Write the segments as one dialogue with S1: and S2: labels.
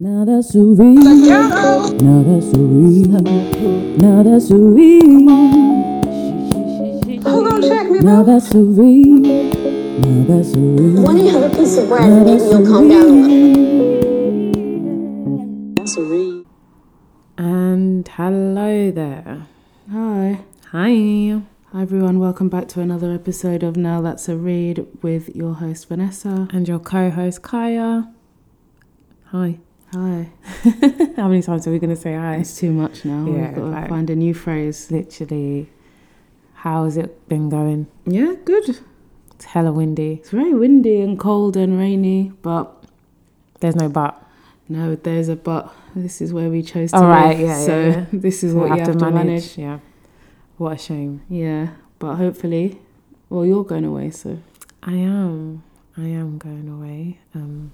S1: Now that's a real. Now that's a real. Now that's a real.
S2: Who gonna check me,
S1: Now
S2: boo?
S1: that's a real. Now that's a
S3: Why do
S1: real.
S3: you have a piece of bread
S1: Now
S3: and maybe
S1: that's a
S3: you'll calm down a little?
S1: real.
S3: That's a read.
S2: And hello there.
S4: Hi.
S2: Hi.
S4: Hi, everyone. Welcome back to another episode of Now That's a Read with your host, Vanessa.
S2: And your co host, Kaya. Hi.
S4: Hi.
S2: How many times are we going to say hi?
S4: It's too much now.
S2: Yeah,
S4: We've got to
S2: like-
S4: find a new phrase.
S2: Literally, how has it been going?
S4: Yeah, good.
S2: It's hella windy.
S4: It's very windy and cold and rainy, but
S2: There's no but.
S4: no, there's a but. This is where we chose to
S2: All right,
S4: live.
S2: yeah,
S4: so
S2: yeah, yeah.
S4: this is
S2: We'll
S4: what you have to manage.
S2: Yeah. What a shame.
S4: Yeah, but hopefully, well, you're going away, so
S2: I am. I am going away. Um,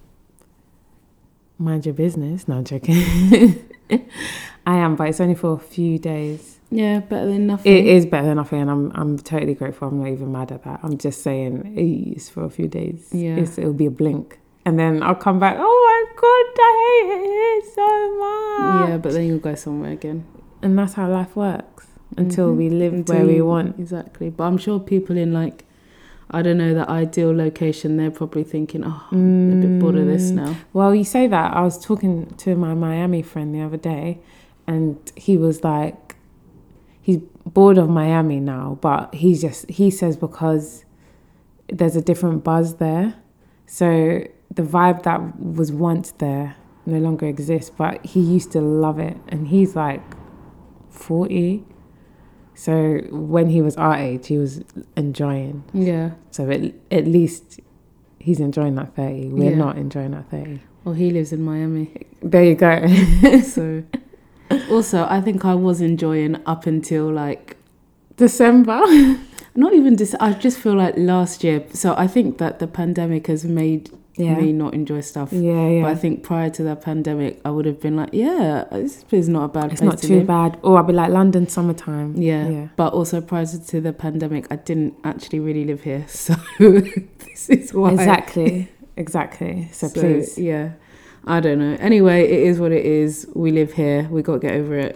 S2: mind your business. No, I'm joking. I am, but it's only for a few days.
S4: yeah, better than
S2: It
S4: nothing.
S2: is better than nothing, and I'm I'm totally grateful. I'm not even mad at that. I'm just saying eh, it's for a few days.
S4: Yeah.
S2: It's, it'll be a blink, and then I'll come back. Oh my god, I hate it here so much.
S4: yeah, but then you'll go somewhere again.
S2: and that's how life works until we live
S4: Mm-hmm. Until
S2: where we
S4: you-
S2: want.
S4: Exactly. But I'm sure people in like I don't know the ideal location, they're probably thinking, Oh, I'm a bit bored of this now.
S2: Well, you say that. I was talking to my Miami friend the other day, and he was like, he's bored of Miami now, but he's just he says because there's a different buzz there, so the vibe that was once there no longer exists. But he used to love it, and he's like forty. So when he was our age, he was enjoying.
S4: Yeah.
S2: So at, at least he's enjoying that 30. We're
S4: Yeah.
S2: not enjoying that 30.
S4: Well he lives in Miami.
S2: There you go.
S4: so also I think I was enjoying up until like
S2: December.
S4: not even just I just feel like last year so I think that the pandemic has made
S2: Yeah.
S4: me not enjoy stuff.
S2: Yeah,
S4: But I
S2: yeah.
S4: think prior to the pandemic I would have been like, Yeah, this is not a bad
S2: It's
S4: place
S2: not
S4: to
S2: too
S4: live.
S2: bad. Or I'll be like London summertime.
S4: Yeah.
S2: Yeah.
S4: But also prior to the pandemic, I didn't actually really live here. So this is why.
S2: Exactly. Exactly. So,
S4: So,
S2: please.
S4: yeah. I don't know. Anyway, it is what it is. We live here. We got to get over it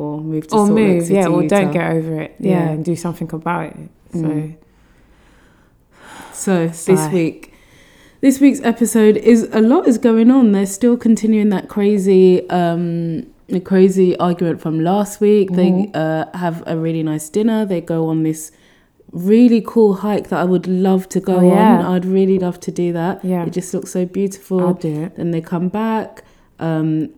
S4: or move to
S2: Or
S4: Salt Lake
S2: move.
S4: City,
S2: Yeah. Or don't
S4: Utah.
S2: get over it. Yeah.
S4: Yeah.
S2: And do something about it. So
S4: Mm. So
S2: Sigh.
S4: this week, this week's episode is a lot is going on. They're still continuing that crazy, um, the crazy argument from last week.
S2: Mm-hmm.
S4: They uh, have a really nice dinner. They go on this really cool hike that I would love to go
S2: Oh, yeah.
S4: on. I'd really love to do that.
S2: Yeah.
S4: It just looks so
S2: I'll
S4: beautiful.
S2: do it.
S4: Then they come back, um,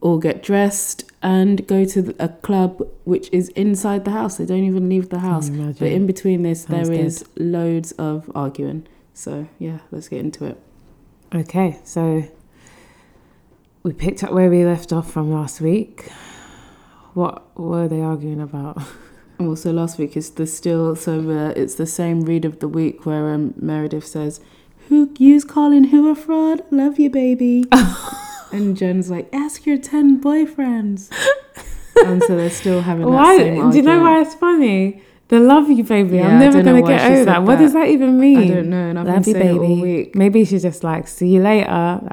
S4: all get dressed, and go to th- a club which is inside the house. They don't even leave the house.
S2: Can you
S4: But in
S2: imagine?
S4: between this,
S2: Sounds
S4: there
S2: good.
S4: is loads of arguing. So yeah, let's get into it.
S2: Okay. So we picked up where we left off from last week. What were they arguing about?
S4: And Also, Oh, last week is the still so uh, it's the same read of the week where um, Meredith says, "Who use Colin? Who a fraud? Love you, baby." and Jen's like, "Ask your ten boyfriends." and so they're still having that
S2: Why?
S4: same argument.
S2: Do you know why it's funny? The love you, baby.
S4: Yeah,
S2: I'm
S4: I
S2: never
S4: don't know
S2: gonna
S4: why
S2: get
S4: she
S2: over
S4: said
S2: that. What does
S4: that.
S2: that even mean?
S4: I don't know, and I've
S2: Love you,
S4: been saying it all
S2: baby.
S4: week.
S2: Maybe she's just like, see you later. Like,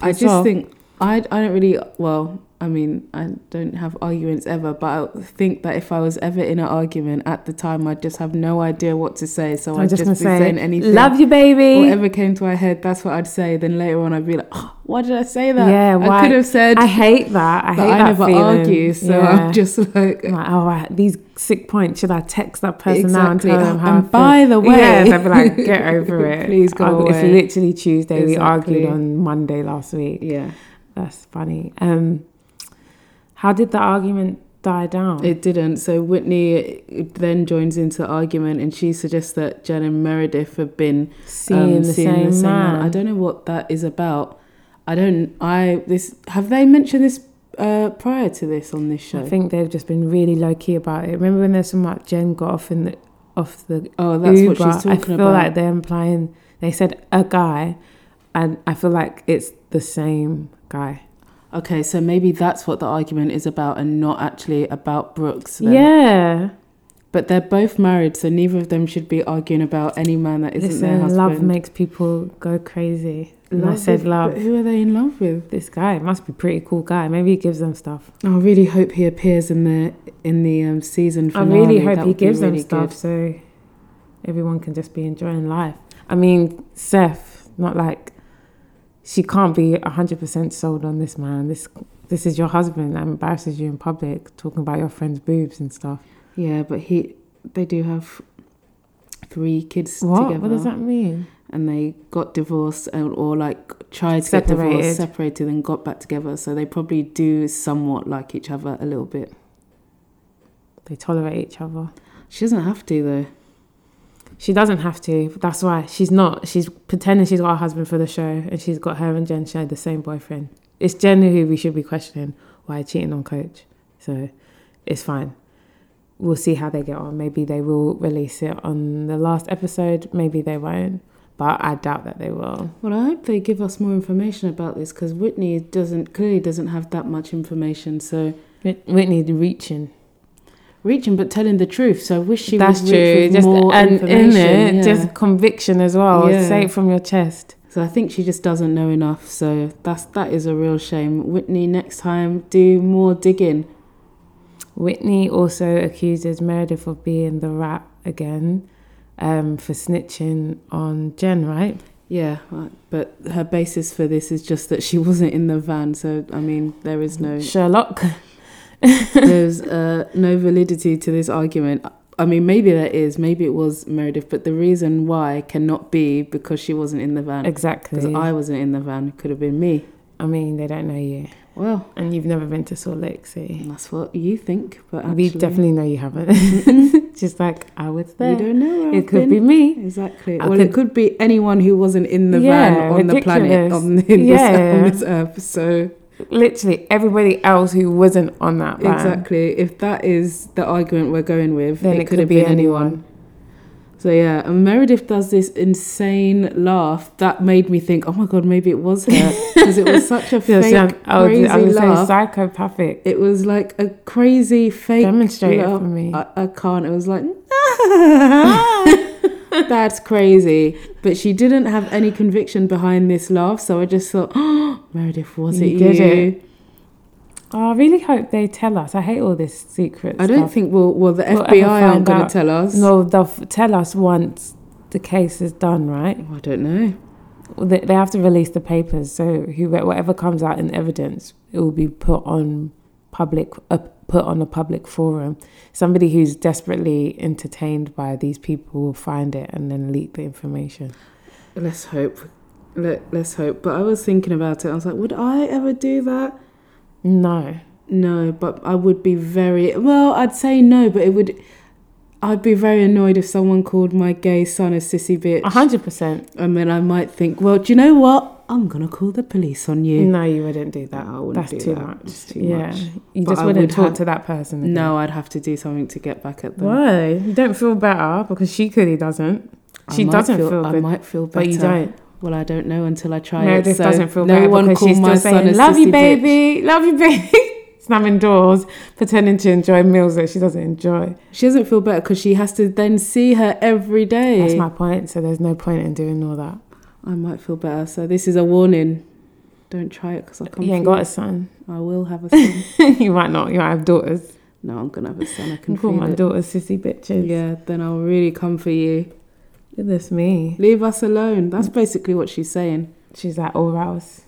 S4: I
S2: piss
S4: just
S2: off.
S4: think I I don't really well. I mean, I don't have arguments ever, but I think that if I was ever in an argument at the time, I'd just have no idea what to say. So
S2: I'm
S4: I'd
S2: just
S4: just,
S2: gonna
S4: be
S2: say,
S4: saying anything.
S2: love you, baby.
S4: Whatever came to my head, that's what I'd say. Then later on, I'd be like, oh, why did I say that?
S2: Yeah,
S4: I
S2: why?
S4: could have said,
S2: I hate that. I
S4: but
S2: hate
S4: I
S2: that
S4: never
S2: feeling.
S4: argue. So I'm
S2: Yeah.
S4: just like,
S2: I'm like, oh, I, these sick points. Should I text that person now and
S4: Exactly.
S2: tell them
S4: Oh,
S2: how?
S4: and
S2: I feel?
S4: by the way-
S2: yeah, they'd be like, get over it.
S4: Please go
S2: Oh, It's
S4: away.
S2: literally Tuesday. We
S4: Exactly.
S2: argued on Monday last week.
S4: yeah,
S2: That's funny. Um, how did the argument die down?
S4: it didn't. So Whitney uh, then joins into the argument, and she suggests that Jen and Meredith have been
S2: seeing
S4: um,
S2: the same, man.
S4: I don't know what that is about. I don't. I this have they mentioned this uh, prior to this on this
S2: I
S4: show?
S2: think they've just been really low key about it. Remember when there's some like Jen got off in the off the
S4: oh, that's
S2: Uber?
S4: what she's
S2: I
S4: talking
S2: feel
S4: about.
S2: like they're implying they said a guy, and I feel like it's the same guy.
S4: okay, so maybe that's what the argument is about, and not actually about Brooks. Then.
S2: Yeah,
S4: But they're both married, so neither of them should be arguing about any man that isn't their
S2: Listen,
S4: husband.
S2: love makes people go crazy. And I
S4: Love
S2: said
S4: with-
S2: love.
S4: But who are they in love with?
S2: This guy must be a pretty cool guy. Maybe he gives them stuff.
S4: I really hope he appears in the in the um, season
S2: I
S4: finale.
S2: really hope
S4: That
S2: he
S4: would be
S2: gives them
S4: really
S2: stuff
S4: good.
S2: so everyone can just be enjoying life. I mean, Seth, not like she can't be hundred percent sold on this man. This this is your husband that embarrasses you in public, talking about your friend's boobs and stuff.
S4: Yeah, but he they do have three kids
S2: What?
S4: together,
S2: What does that mean?
S4: and they got divorced and, or like tried to get
S2: Separated.
S4: divorced, separated, and got back together. So they probably do somewhat like each other a little bit.
S2: They tolerate each other.
S4: She doesn't have to though.
S2: She doesn't have to. but That's why she's not. She's pretending she's got a husband for the show, and she's got her and Jen share the same boyfriend. It's Jen who we should be questioning why cheating on Coach. So it's fine. We'll see how they get on. Maybe they will release it on the last episode. Maybe they won't. But I doubt that they will.
S4: Well, I hope they give us more information about this because Whitney doesn't clearly doesn't have that much information. So
S2: Whit- Whitney reaching.
S4: reaching but telling the truth. So I wish she
S2: That's
S4: was
S2: true.
S4: with
S2: Just
S4: more
S2: and in
S4: information.
S2: it,
S4: yeah.
S2: just conviction as well.
S4: Yeah.
S2: Say it from your chest.
S4: So I think she just doesn't know enough. So that's that is a real shame. Whitney, next time do more digging.
S2: Whitney also accuses Meredith of being the rat again um, for snitching on Jen, right?
S4: Yeah, right. but her basis for this is just that she wasn't in the van. So I mean, there is no
S2: Sherlock.
S4: there's uh, no validity to this argument. I mean, maybe there is. Maybe it was Meredith, but the reason why cannot be because she wasn't in the van. Because
S2: Exactly. I,
S4: I wasn't in the van, could have been me.
S2: mean, they don't know you.
S4: Well,
S2: And you've never been to Salt Lake, see?
S4: that's what you think, but actually,
S2: we definitely know you haven't. Just like I was
S4: you
S2: there.
S4: don't know. Where
S2: It
S4: I've
S2: could
S4: been.
S2: be me.
S4: Exactly.
S2: I
S4: well,
S2: could-
S4: it could be anyone who wasn't in the
S2: Yeah,
S4: van on the planet
S2: ridiculous.
S4: on, in this,
S2: Yeah.
S4: on this earth. So
S2: Literally everybody else who wasn't on that van.
S4: exactly, if that is the argument we're going with,
S2: Then it, could, be anyone.
S4: So yeah, and Meredith does this insane laugh that made me think, oh my god, maybe it was her because it was such a
S2: Yeah,
S4: fake,
S2: see, I'm- I would,
S4: crazy
S2: I would say
S4: laugh.
S2: psychopathic.
S4: it was like a crazy fake.
S2: Demonstrate it
S4: laugh.
S2: for me.
S4: I, I can't. It was like. That's crazy. But she didn't have any conviction behind this laugh, so I just thought, oh, Meredith, was
S2: You
S4: it
S2: did
S4: you?
S2: it. Oh, I really hope they tell us. I hate all this secret
S4: I don't
S2: stuff.
S4: think we'll, well, the
S2: We'll ever
S4: FBI aren't
S2: find
S4: going
S2: out.
S4: to tell us.
S2: No, they'll f- tell us once the case is done, right?
S4: I don't know.
S2: They, they have to release the papers, so who, whatever comes out in evidence, it will be put on public, uh, put on a public forum. Somebody who's desperately entertained by these people will find it and then leak the information.
S4: Let's hope. Let, let's hope. But I was thinking about it. I was like, would I ever do that?
S2: No,
S4: No, but I would be very well. I'd say no, but it would. I'd be very annoyed if someone called my gay son a sissy bitch.
S2: a hundred percent.
S4: And then I might think, well, do you know what? I'm gonna call the police on you.
S2: No, you wouldn't do that.
S4: No, I wouldn't
S2: That's
S4: do
S2: too
S4: that.
S2: much.
S4: It's too
S2: yeah,
S4: much.
S2: you
S4: But
S2: just
S4: I
S2: wouldn't
S4: would
S2: talk
S4: have-
S2: to that person. again.
S4: No, I'd have to do something to get back at them.
S2: Why? You don't feel better because she clearly doesn't.
S4: I
S2: She
S4: might
S2: doesn't feel,
S4: I
S2: good,
S4: might feel better,
S2: but you don't.
S4: Well, I don't know until I try it.
S2: Meredith
S4: So
S2: doesn't feel
S4: no
S2: better
S4: one
S2: because
S4: call
S2: she's
S4: my
S2: still
S4: son a
S2: saying, "Love you,
S4: sissy bitch."
S2: baby. Love you, baby." Slamming doors, pretending to enjoy meals that she doesn't enjoy.
S4: She doesn't feel better because she has to then see her every day.
S2: That's my point. So there's no point in doing all that.
S4: I might feel better. So this is a warning. Don't try it because I come.
S2: you ain't
S4: for
S2: got a son.
S4: I will have a son.
S2: you might not. You might have daughters.
S4: no, I'm gonna have a son. I
S2: You
S4: can
S2: call
S4: feel
S2: my
S4: it.
S2: daughters sissy bitches.
S4: Yeah, then I'll really come for you.
S2: That's me.
S4: Leave us alone. That's basically what she's saying.
S2: She's like, all else.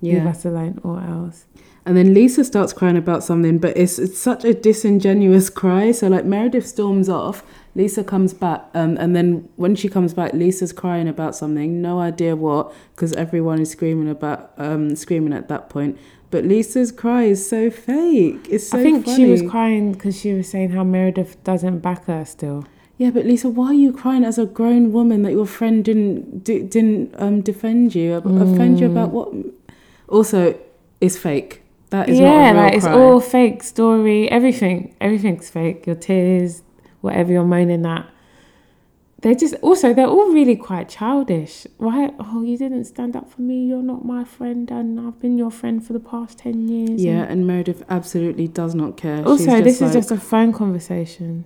S2: Leave us alone, all else.
S4: And then Lisa starts crying about something, but it's it's such a disingenuous cry. So like Meredith storms off, Lisa comes back, um, and then when she comes back, Lisa's crying about something, no idea what, because everyone is screaming about um, screaming at that point. But Lisa's cry is so fake. It's so
S2: I think
S4: funny.
S2: she was crying because she was saying how Meredith doesn't back her still.
S4: Yeah, but Lisa, why are you crying as a grown woman that your friend didn't di- didn't um, defend you, ab- offend you
S2: Mm.
S4: about what? Also, it's fake. That is
S2: yeah,
S4: not a real
S2: like it's
S4: cry.
S2: all fake story. Everything, everything's fake. Your tears, whatever you're moaning at. They're just also they're all really quite childish. Why? Oh, you didn't stand up for me. You're not my friend, and I've been your friend for the past ten years.
S4: Yeah,
S2: And
S4: and Meredith absolutely does not care. She's
S2: also,
S4: just
S2: this
S4: like,
S2: is just a phone conversation.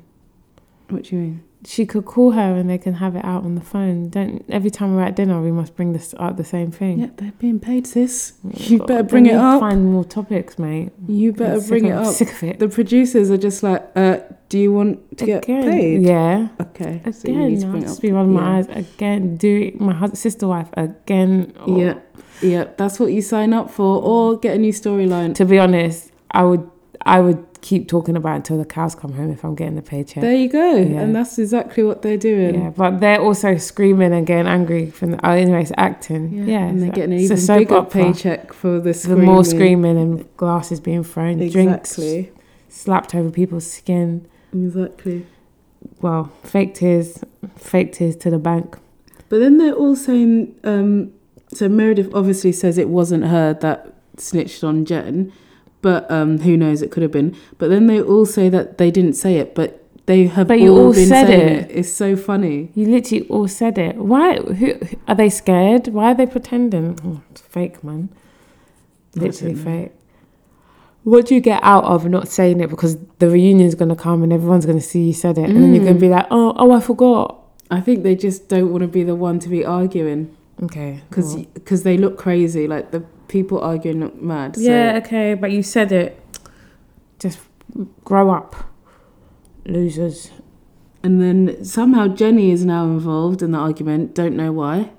S4: What do you mean?
S2: She could call her and they can have it out on the phone. Don't every time we're at dinner we must bring this up the same thing.
S4: Yeah, they're being paid, sis.
S2: We've
S4: You
S2: got-
S4: better
S2: we
S4: bring it
S2: need to
S4: up.
S2: Find more topics, mate.
S4: You better
S2: I'm sick
S4: bring it
S2: of-
S4: up.
S2: Sick of it.
S4: The producers are just like, uh, do you want to get
S2: Again.
S4: paid?
S2: Yeah.
S4: Okay.
S2: Again,
S4: so you need to
S2: I'll
S4: bring it
S2: just
S4: up.
S2: be rolling my
S4: Yeah.
S2: eyes again. Do it, my hus- sister wife again. Oh.
S4: Yeah, yeah, that's what you sign up for, or get a new storyline.
S2: To be honest, I would I would keep talking about it until the cows come home if I'm getting the paycheck.
S4: There you go,
S2: Yeah.
S4: and that's exactly what they're doing.
S2: yeah, but they're also screaming and getting angry from the, oh, anyways, acting. Yeah,
S4: and they're
S2: so-
S4: getting an
S2: it's a
S4: even
S2: soap
S4: bigger
S2: opera.
S4: paycheck for the
S2: The
S4: screaming.
S2: more screaming and glasses being thrown,
S4: exactly,
S2: drinks slapped over people's skin.
S4: exactly.
S2: Well, fake tears, fake tears to the bank.
S4: But then they're all saying, um, so Meredith obviously says it wasn't her that snitched on Jen, but um, who knows? It could have been. But then they all say that they didn't say it, but they have
S2: But you
S4: all,
S2: all
S4: been
S2: said
S4: saying
S2: it.
S4: It's so funny.
S2: You literally all said it. Why? Who are they scared? Why are they pretending? Oh, it's fake, man.
S4: I
S2: Literally
S4: don't
S2: fake. What do you get out of not saying it? Because the reunion's gonna come and everyone's gonna see you said it, and then you're gonna be like, oh, oh, I forgot.
S4: I think they just don't want to be the one to be arguing.
S2: Okay,
S4: because
S2: cool.
S4: because they look crazy. Like the people arguing look mad. So.
S2: yeah, okay, but you said it. Just grow up, losers.
S4: And then somehow Jenny is now involved in the argument. Don't know why.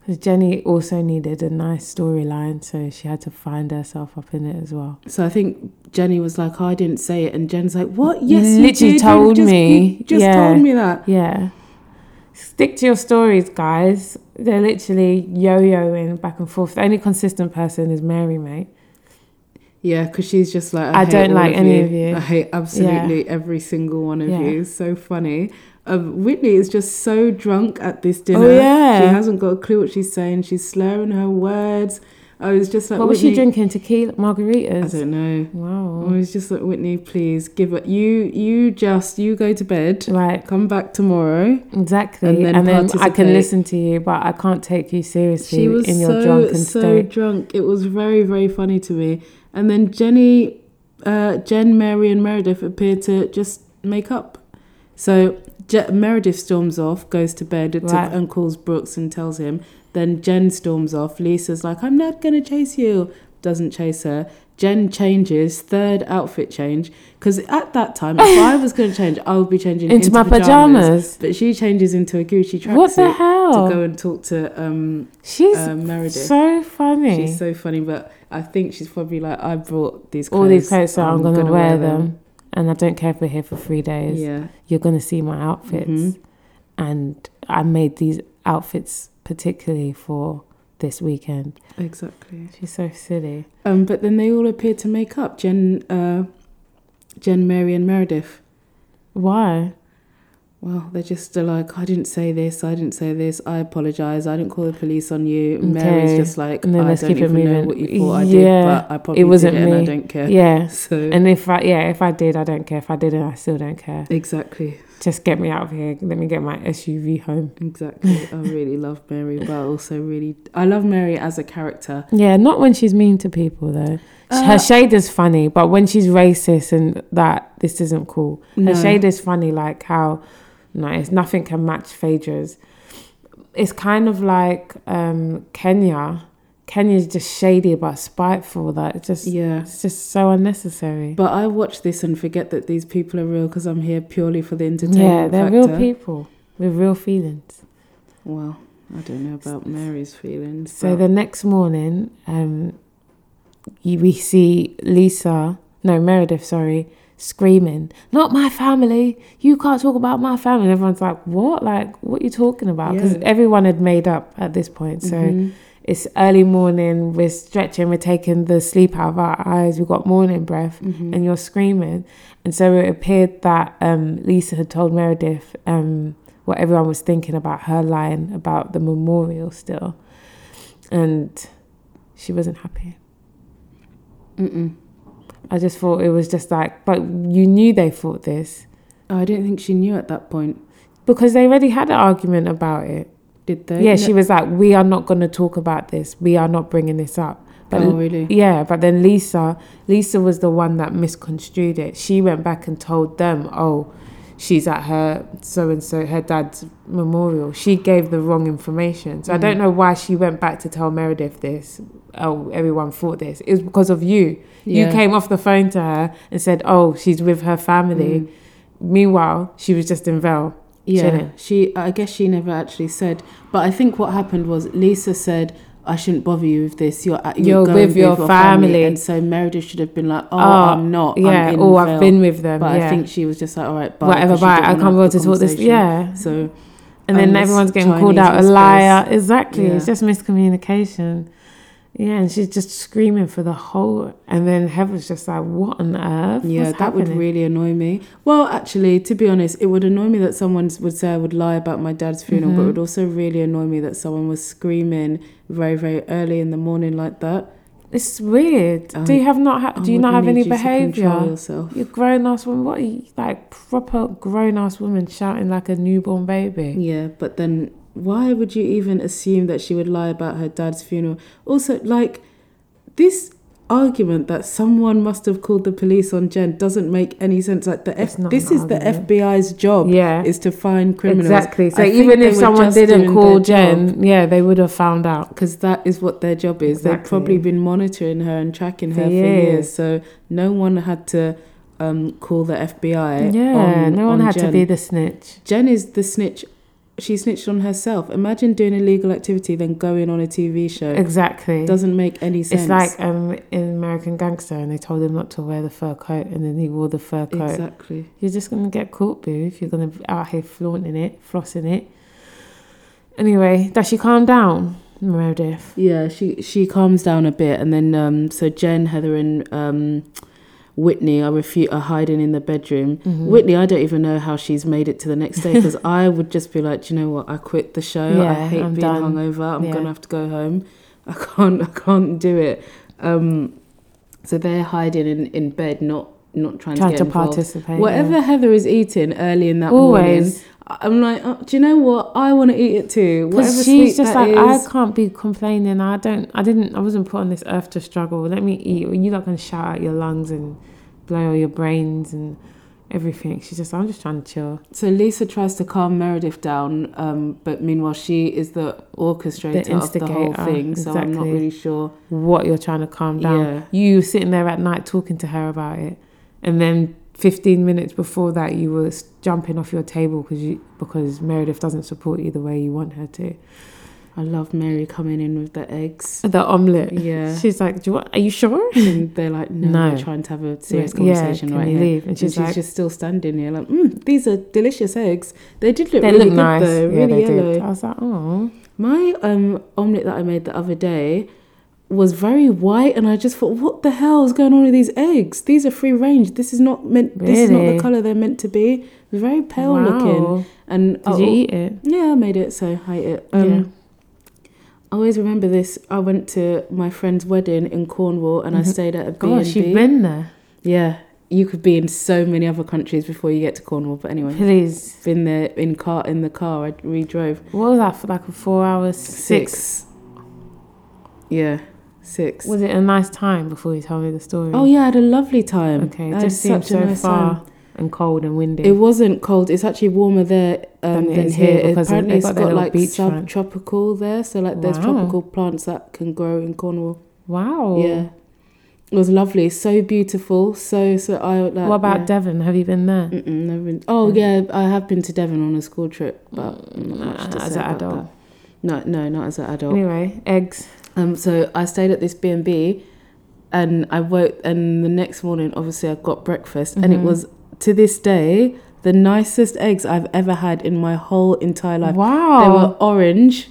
S2: Because Jenny also needed a nice storyline, so she had to find herself up in it as well.
S4: So I think Jenny was like, oh, "I didn't say it," and Jen's like, "What? Yes, you
S2: literally
S4: did.
S2: told
S4: you just,
S2: me."
S4: You just
S2: Yeah.
S4: told me that."
S2: Yeah. Stick to your stories, guys. They're literally yo yoing back and forth. The only consistent person is Mary, mate.
S4: Yeah, because she's just like,
S2: I
S4: hate
S2: don't
S4: all
S2: like any of you."
S4: I hate absolutely every single one of
S2: Yeah.
S4: you. So funny." Um, Whitney is just so drunk at this dinner.
S2: Oh, yeah.
S4: she hasn't got a clue what she's saying. She's slurring her words. I was just like,
S2: what was she
S4: "Whitney-
S2: drinking? Tequila,
S4: I
S2: margaritas.
S4: don't know. I
S2: Wow.
S4: was just like Whitney, please give it. You you just you go to bed.
S2: Right,
S4: Come back tomorrow.
S2: exactly.
S4: And then
S2: And then, I
S4: participate.
S2: can listen to you, but I can't take you seriously
S4: She was
S2: in your
S4: so
S2: drunken
S4: so
S2: state.
S4: drunk. It was very very funny to me. And then Jenny, uh, Jen, Mary, and Meredith appear to just make up. So Je- Meredith storms off, goes to bed, to,
S2: Right.
S4: and calls Brooks and tells him. Then Jen storms off. Lisa's like, I'm not gonna chase you. Doesn't chase her. Jen changes third outfit change because at that time, if I was going to change, I would be changing
S2: Into my pajamas.
S4: But she changes into a Gucci tracksuit
S2: What the
S4: to go
S2: hell?
S4: and talk to um,
S2: She's
S4: uh, Meredith.
S2: Oh. so funny.
S4: She's so funny, but I think she's probably like, I brought these clothes.
S2: All these coats are, I'm, going to
S4: gonna
S2: wear them. And I don't care if we're here for three days.
S4: Yeah,
S2: you're going to see my outfits.
S4: Mhm.
S2: And I made these outfits particularly for this weekend.
S4: exactly.
S2: She's so silly.
S4: Um, but then they all appear to make up Jen, uh, Jen, Mary, and Meredith.
S2: Why?
S4: Well, they're just uh, like, I didn't say this, I didn't say this, I apologise, I didn't call the police on you. Mary's
S2: Okay.
S4: just like,
S2: And then
S4: I
S2: let's
S4: don't
S2: keep it
S4: even know
S2: moving.
S4: what you thought I
S2: Yeah,
S4: did, but I
S2: it
S4: probably
S2: wasn't
S4: did it and I
S2: me.
S4: don't care.
S2: Yeah.
S4: So,
S2: And if I, yeah, if I did, I don't care. If I didn't, I still don't care.
S4: exactly,
S2: Just get me out of here. Let me get my SUV home.
S4: exactly. I really love Mary, but I also really, I love Mary as a character.
S2: Yeah, not when she's mean to people though.
S4: Uh,
S2: Her shade is funny, but when she's racist and that, this isn't cool.
S4: No.
S2: Her shade is funny, like how no, it's nothing can match Phaedra's. It's kind of like um, Kenya. Kenya's just shady but spiteful. That it's just
S4: Yeah.
S2: it's just so unnecessary.
S4: But I watch this and forget that these people are real because I'm here purely for the entertainment
S2: yeah, they're
S4: factor.
S2: real people with real feelings.
S4: Well, I don't know about Mary's feelings.
S2: So
S4: but-
S2: the next morning, um, you, we see Lisa, no Meredith, sorry, screaming, "Not my family! You can't talk about my family!" And everyone's like, "What? Like, what are you talking about?" Because
S4: Yeah.
S2: everyone had made up at this point. So it's early morning. We're stretching. We're taking the sleep out of our eyes. We've got morning breath, and you're screaming. And so it appeared that um, Lisa had told Meredith um, what everyone was thinking about her line about the memorial still, and she wasn't happy.
S4: Mm-mm.
S2: I just thought it was just like, but you knew they thought this
S4: Oh, I don't think she knew at that point,
S2: because they already had an argument about it.
S4: did they?
S2: Yeah, she was like, we are not going to talk about this. We are not bringing this up. But
S4: Oh, really?
S2: Yeah, but then Lisa, Lisa was the one that misconstrued it. She went back and told them, oh, she's at her so and so her dad's memorial. She gave the wrong information, so I
S4: Mm.
S2: don't know why she went back to tell Meredith this. Oh, everyone thought this. It was because of you. You
S4: Yeah.
S2: came off the phone to her and said, "Oh, she's with her family." Meanwhile, she was just in Vale.
S4: Mm. Yeah,
S2: chilling.
S4: she. I guess she never actually said, but I think what happened was Lisa said, "I shouldn't bother you with this. You're at-
S2: You're
S4: going
S2: with your family.
S4: and so Meredith should have been like, "Oh,
S2: Oh,
S4: I'm not.
S2: yeah,
S4: I'm in
S2: oh, I've
S4: Vail."
S2: been with them,
S4: But
S2: yeah.
S4: I think she was just like, "All right, bye,
S2: Whatever,
S4: 'cause she
S2: bye.
S4: didn't
S2: I
S4: wanna
S2: can't
S4: have
S2: bother
S4: the
S2: to talk this-
S4: conversation.
S2: yeah.
S4: So,
S2: and then
S4: and this
S2: everyone's getting called
S4: Chinese
S2: out a
S4: was
S2: liar. Exactly, it's
S4: Yeah.
S2: just miscommunication. Yeah, and she's just screaming for the whole. And then Heather's just like, "What on earth?
S4: yeah,
S2: What's
S4: that would
S2: happening?"
S4: really annoy me. Well, actually, to be honest, it would annoy me that someone would say I would lie about my dad's funeral,
S2: Mm-hmm.
S4: but it would also really annoy me that someone was screaming very, very early in the morning like that.
S2: it's weird. do you have not? Ha-
S4: I
S2: do you
S4: would
S2: not have
S4: need
S2: any
S4: you to control
S2: behavior?
S4: yourself.
S2: You're grown ass woman. What are you like? Proper grown ass woman shouting like a newborn baby.
S4: Yeah, but then why would you even assume that she would lie about her dad's funeral? Also, like this argument that someone must have called the police on Jen doesn't make any sense. Like the F-
S2: not
S4: this
S2: an
S4: is the
S2: argument.
S4: FBI's job.
S2: Yeah.
S4: is to find criminals.
S2: Exactly. So even if someone didn't call Jen, yeah, they would have found out.
S4: because that is what their job is. They've
S2: Exactly.
S4: probably been monitoring her and tracking her
S2: For
S4: for
S2: years.
S4: years. So no one had to um, call the FBI.
S2: Yeah,
S4: on-
S2: no one
S4: on
S2: had to
S4: Jen.
S2: be the snitch.
S4: Jen is the snitch. She snitched on herself. Imagine doing illegal activity, then going on a TV show.
S2: Exactly.
S4: It doesn't make any sense.
S2: It's like um, in American Gangster, and they told him not to wear the fur coat, and then he wore the fur coat.
S4: exactly.
S2: You're just gonna get caught, boo, if you're gonna be out here flaunting it, flossing it. Anyway, does she calm down, Meredith?
S4: Yeah, she she calms down a bit, and then um, so Jen, Heather, and um, Whitney are refu- are hiding in the bedroom.
S2: Mm-hmm.
S4: Whitney, I don't even know how she's made it to the next day because I would just be like, "Do you know what? I quit the show. I
S2: Yeah,
S4: hate
S2: I'm
S4: being
S2: done."
S4: hungover. I'm
S2: Yeah.
S4: gonna have to go home. I can't. I can't do it." Um, so they're hiding in, in bed, not not trying,
S2: Trying
S4: to, get
S2: to
S4: involved.
S2: participate,
S4: Whatever
S2: yeah.
S4: Heather is eating early in that morning,
S2: Always.
S4: I- I'm like, oh, do you know what? I want to eat it too. Whatever
S2: Because she's
S4: sweet
S2: just
S4: that
S2: like,
S4: is."
S2: I can't be complaining. I don't, I didn't, I wasn't put on this earth to struggle. Let me eat. You like can shout out your lungs and blow your brains and everything. She's just, I'm just trying to chill.
S4: So Lisa tries to calm Meredith down, um, but meanwhile she is the orchestrator
S2: The
S4: of the whole
S2: instigator,
S4: thing. So I'm not
S2: exactly.
S4: really sure.
S2: what you're trying to calm down. You were sitting there at night talking to her about it, and then 15 minutes before that, you were s- jumping off your table because you because Meredith doesn't support you the way you want her to.
S4: I love Mary coming in with the eggs,
S2: The omelet.
S4: Yeah.
S2: She's like, Do you want, Are you sure?
S4: and they're like, "No,
S2: No.
S4: we're trying to have a serious
S2: Yeah,
S4: conversation
S2: can
S4: right
S2: you
S4: here."
S2: leave? And
S4: And
S2: she's
S4: she's,
S2: like-
S4: just still standing here, like, mm, "These are delicious eggs. They did look
S2: They
S4: really
S2: look
S4: good,
S2: nice.
S4: though.
S2: yeah,
S4: Really
S2: they
S4: yellow."
S2: did. I was like, Oh,
S4: My um omelet that I made the other day was very white, and I just thought, what the hell is going on with these eggs? These are free range. This is not meant. This is not
S2: Really?
S4: the color they're meant to be. It was very pale
S2: Wow.
S4: looking. Oh. And
S2: did you eat it?
S4: Yeah, I made it, so I ate it. Um,
S2: Yeah.
S4: I always remember this. I went to my friend's wedding in Cornwall, and I stayed at a B
S2: Mm-hmm. Gosh,
S4: and
S2: you've
S4: B.
S2: been there.
S4: Yeah, you could be in so many other countries before you get to Cornwall. But anyway,
S2: Please.
S4: been there in car in the car. I re drove.
S2: What was that for? Like a four hours, six.
S4: Yeah, six.
S2: Was it a nice time before you told me the story?
S4: oh yeah, I had a lovely time.
S2: Okay,
S4: I
S2: it
S4: had
S2: just seems so far and cold and windy.
S4: It wasn't cold. It's actually warmer there um,
S2: Than it
S4: than
S2: is here
S4: here.
S2: because they-
S4: Apparently,
S2: they've
S4: it's
S2: got
S4: got,
S2: their little
S4: like
S2: beach front.
S4: subtropical there, so like there's
S2: Wow.
S4: tropical plants that can grow in Cornwall.
S2: wow.
S4: Yeah, it was lovely. So beautiful. So so I like.
S2: What about
S4: yeah.
S2: Devon? Have you been there?
S4: Mm-mm, never been- Oh yeah, I have been to Devon on a school trip, but not much to
S2: Mm, as
S4: say
S2: an
S4: about
S2: adult.
S4: that. No, no, not as an adult.
S2: Anyway, eggs.
S4: Um, so I stayed at this B and B, and I woke. And the next morning, obviously, I got breakfast, and it
S2: Mm-hmm.
S4: was to this day the nicest eggs I've ever had in my whole entire life. They were
S2: Wow.
S4: orange,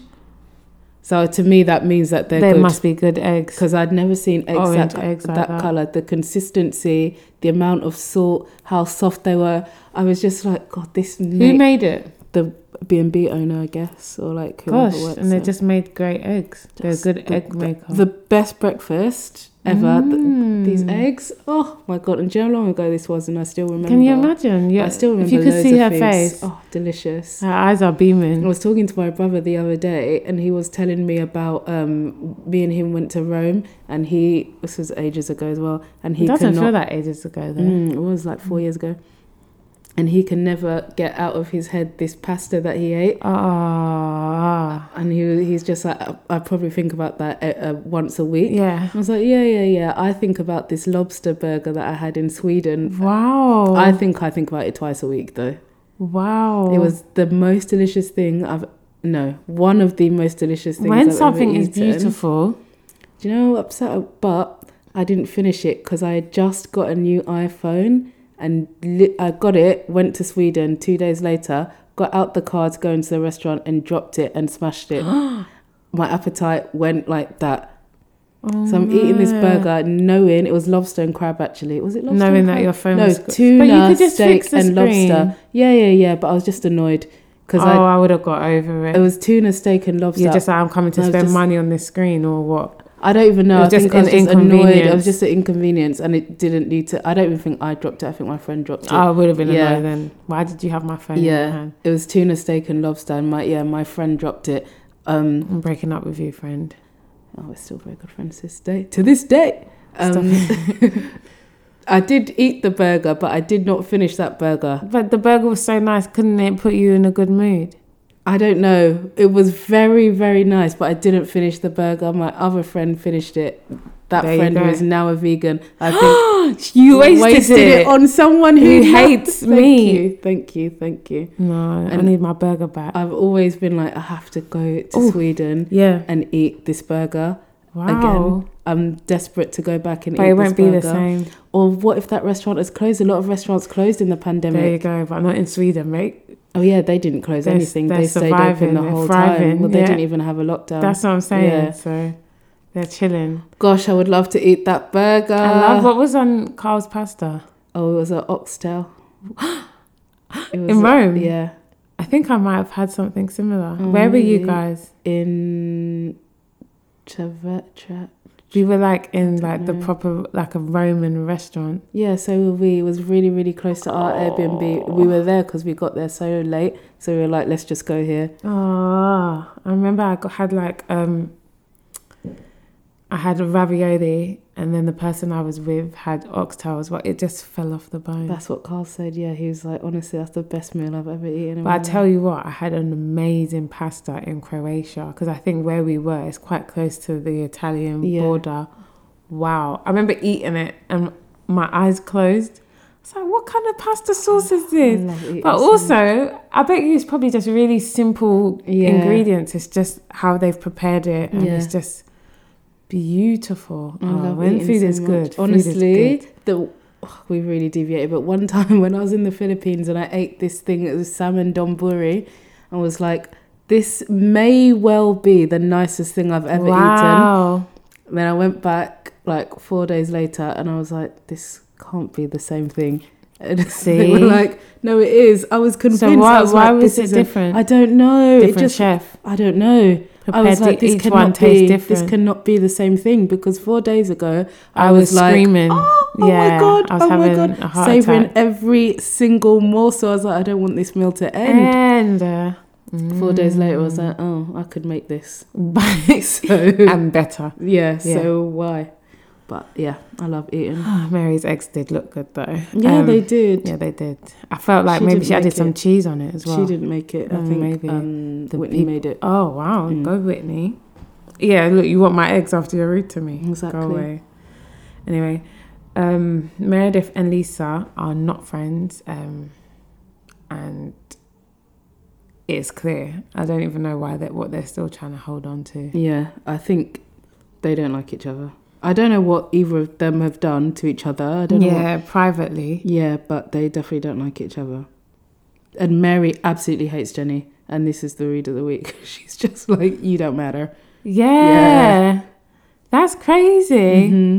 S4: so to me that means that they're
S2: They
S4: good.
S2: must be good eggs.
S4: because I'd never seen eggs
S2: Orange
S4: that,
S2: eggs like
S4: that,
S2: that.
S4: color, the consistency, the amount of salt, how soft they were. I was just like, God, this
S2: Who
S4: made
S2: made it?
S4: the B and B owner, I guess, or like whoever
S2: Gosh,
S4: works
S2: and they
S4: there.
S2: just made great eggs. They're a
S4: Just
S2: good
S4: the-
S2: egg maker.
S4: The best breakfast ever.
S2: Mm.
S4: Th- These eggs. Oh my god! And do you know how long ago this was, and I still remember.
S2: Can you imagine? Yeah,
S4: I still remember.
S2: If you could
S4: loads
S2: see
S4: of
S2: her
S4: things.
S2: face, Um.
S4: Oh, delicious.
S2: her eyes are
S4: I
S2: beaming.
S4: was talking to my brother the other day, and he was telling me about um, me and him went to Rome, and he this was ages ago as well, and he Mm,
S2: It doesn't
S4: could
S2: feel
S4: not.
S2: that ages ago though. Mm.
S4: Mm, it was like four years ago. and he can never get out of his head this pasta that he ate.
S2: Ah,
S4: And he, he's just like, I, I probably think about that uh, uh, once a week.
S2: yeah.
S4: I was like, yeah, yeah, yeah. I think about this lobster burger that I had in Sweden.
S2: Wow.
S4: I think I think about it twice a week, though.
S2: wow.
S4: It was the most delicious thing I've no one of the most delicious things. I've
S2: when
S4: ever
S2: something is
S4: eaten.
S2: beautiful.
S4: Do you know how upset? I- But I didn't finish it because I had just got a new iPhone and li- I got it. Went to Sweden two days later. Got out the car to go into the restaurant and dropped it and smashed it. My appetite went like that.
S2: Oh
S4: so I'm eating this burger, knowing it was lobster and crab. Actually, was it lobster?
S2: Knowing
S4: and
S2: that
S4: crab?
S2: your phone
S4: no
S2: was go-
S4: tuna,
S2: But you could just
S4: steak,
S2: fix the
S4: and
S2: screen.
S4: lobster. Yeah, yeah, yeah. But I was just annoyed because
S2: oh, I, would have got over
S4: I it
S2: it.
S4: was tuna, steak, and lobster.
S2: You're just like, I'm coming to
S4: I was
S2: spend
S4: just-
S2: money on this screen or what?
S4: I don't even know.
S2: It was
S4: I
S2: just
S4: think I was
S2: an
S4: just annoyed. It was
S2: inconvenience.
S4: just an inconvenience, and it didn't need to. I don't even think I dropped it. I think my friend dropped it.
S2: I would have been
S4: Yeah.
S2: annoyed then. Why did you have my phone? in your
S4: yeah,
S2: hand?
S4: it was tuna, steak, and lobster. And my yeah, my friend dropped it. Um,
S2: I'm breaking up with you, friend.
S4: oh, we're still very good friends to this day. To this day, um, I did eat the burger, but I did not finish that burger.
S2: But the burger was so nice, couldn't it put you in a good mood?
S4: I don't know. It was very, very nice, but I didn't finish the burger. My other friend finished it. That
S2: There you
S4: friend who
S2: go.
S4: is now a vegan. I think
S2: You wasted, it.
S4: on someone who,
S2: Who
S4: loves-
S2: hates
S4: Thank
S2: me.
S4: You, thank you, thank you.
S2: no, I
S4: And-
S2: need my burger back.
S4: I've always been like, I have to go to
S2: Ooh.
S4: Sweden
S2: yeah.
S4: and eat this burger
S2: Wow.
S4: again. I'm desperate to go back and
S2: But
S4: eat
S2: it won't
S4: this
S2: be
S4: burger.
S2: the same.
S4: Or what if that restaurant has closed? A lot of restaurants closed in the
S2: There you
S4: pandemic.
S2: go. But not in Sweden, mate.
S4: Oh yeah, they didn't close
S2: They're-
S4: anything.
S2: they're
S4: They stayed
S2: surviving,
S4: open the
S2: they're
S4: whole time.
S2: thriving,
S4: Well, they
S2: yeah.
S4: didn't even have a lockdown.
S2: That's what I'm saying.
S4: yeah.
S2: So they're chilling.
S4: Gosh, I would love to eat that burger.
S2: I love what was on Carl's pasta.
S4: Oh, it was an oxtail. It was
S2: In
S4: a-
S2: Rome?
S4: yeah.
S2: I think I might have had something similar.
S4: Oh,
S2: Where were you
S4: really?
S2: guys?
S4: In Trevatra.
S2: We were like in like the
S4: know.
S2: proper like a Roman restaurant.
S4: Yeah, so were we. It was really, really close to our Airbnb. We were there because we got there so late. So we were like, let's just go here.
S2: Ah, I remember I got, had like um, I had a ravioli, and then the person I was with had oxtail as well. It just fell off the bone.
S4: That's what Carl said. Yeah, he was like, honestly, that's the best meal I've ever eaten.
S2: but
S4: in my
S2: I
S4: life."
S2: tell you what, I had an amazing pasta in Croatia because I think where we were is quite close to the Italian
S4: Yeah.
S2: border. Wow, I remember eating it and my eyes closed. It's like, what kind of pasta sauce is
S4: I
S2: this?
S4: love eating
S2: But
S4: so much.
S2: also, I bet you it's probably just really simple
S4: um, Yeah.
S2: ingredients. It's just how they've prepared it, and it's
S4: Yeah.
S2: just beautiful.
S4: I
S2: Oh,
S4: love
S2: when
S4: eating
S2: food
S4: so
S2: is
S4: much.
S2: good, food is
S4: Honestly,
S2: good.
S4: the oh, we really deviated. But one time when I was in the Philippines and I ate this thing, it was salmon donburi, and was like, this may well be the nicest thing I've ever eaten.
S2: wow.
S4: Then I went back like four days later and I was like, this can't be the same thing. And they
S2: See?
S4: were like, no, it is. I was convinced.
S2: So
S4: I
S2: why,
S4: was
S2: why
S4: like,
S2: was
S4: this
S2: it
S4: isn't-
S2: different?
S4: I don't know.
S2: different
S4: it just,
S2: chef.
S4: I don't know. I
S2: Prepared
S4: was like,
S2: to
S4: this
S2: each one
S4: cannot
S2: taste
S4: be. This
S2: different.
S4: cannot be the same thing because four days ago I,
S2: I was
S4: like,
S2: screaming.
S4: Oh, oh my
S2: Yeah,
S4: god!
S2: I was
S4: oh my
S2: having
S4: god!
S2: a heart
S4: Savoring
S2: attack.
S4: every single morsel. I was like, I don't want this meal to end.
S2: and uh,
S4: Four days later, I was like, oh, I could make this.
S2: mm, and better.
S4: Yeah.
S2: Yeah.
S4: So why? But yeah, I love eating.
S2: Ah, Mary's eggs did look good though.
S4: Yeah,
S2: Um,
S4: they did.
S2: Yeah, they did. I felt like
S4: She
S2: maybe
S4: didn't
S2: she added
S4: make
S2: some
S4: it.
S2: cheese on it as well.
S4: She didn't make it. I
S2: Mm,
S4: think
S2: maybe
S4: um,
S2: the
S4: Whitney
S2: people-
S4: made it.
S2: Oh wow,
S4: Mm.
S2: go Whitney. Yeah, look, you want my eggs after your rude to me.
S4: Exactly.
S2: Go away. Anyway, um, Meredith and Lisa are not friends, um, and it's clear. I don't even know why that what they're still trying to hold on to.
S4: Yeah, I think they don't like each other. I don't know what either of them have done to each other. I don't know. What,
S2: Yeah, privately.
S4: yeah, but they definitely don't like each other. And Mary absolutely hates Jenny. And this is the read of the week. She's just like, you don't matter.
S2: Yeah, Mm-hmm. that's crazy.
S4: hmm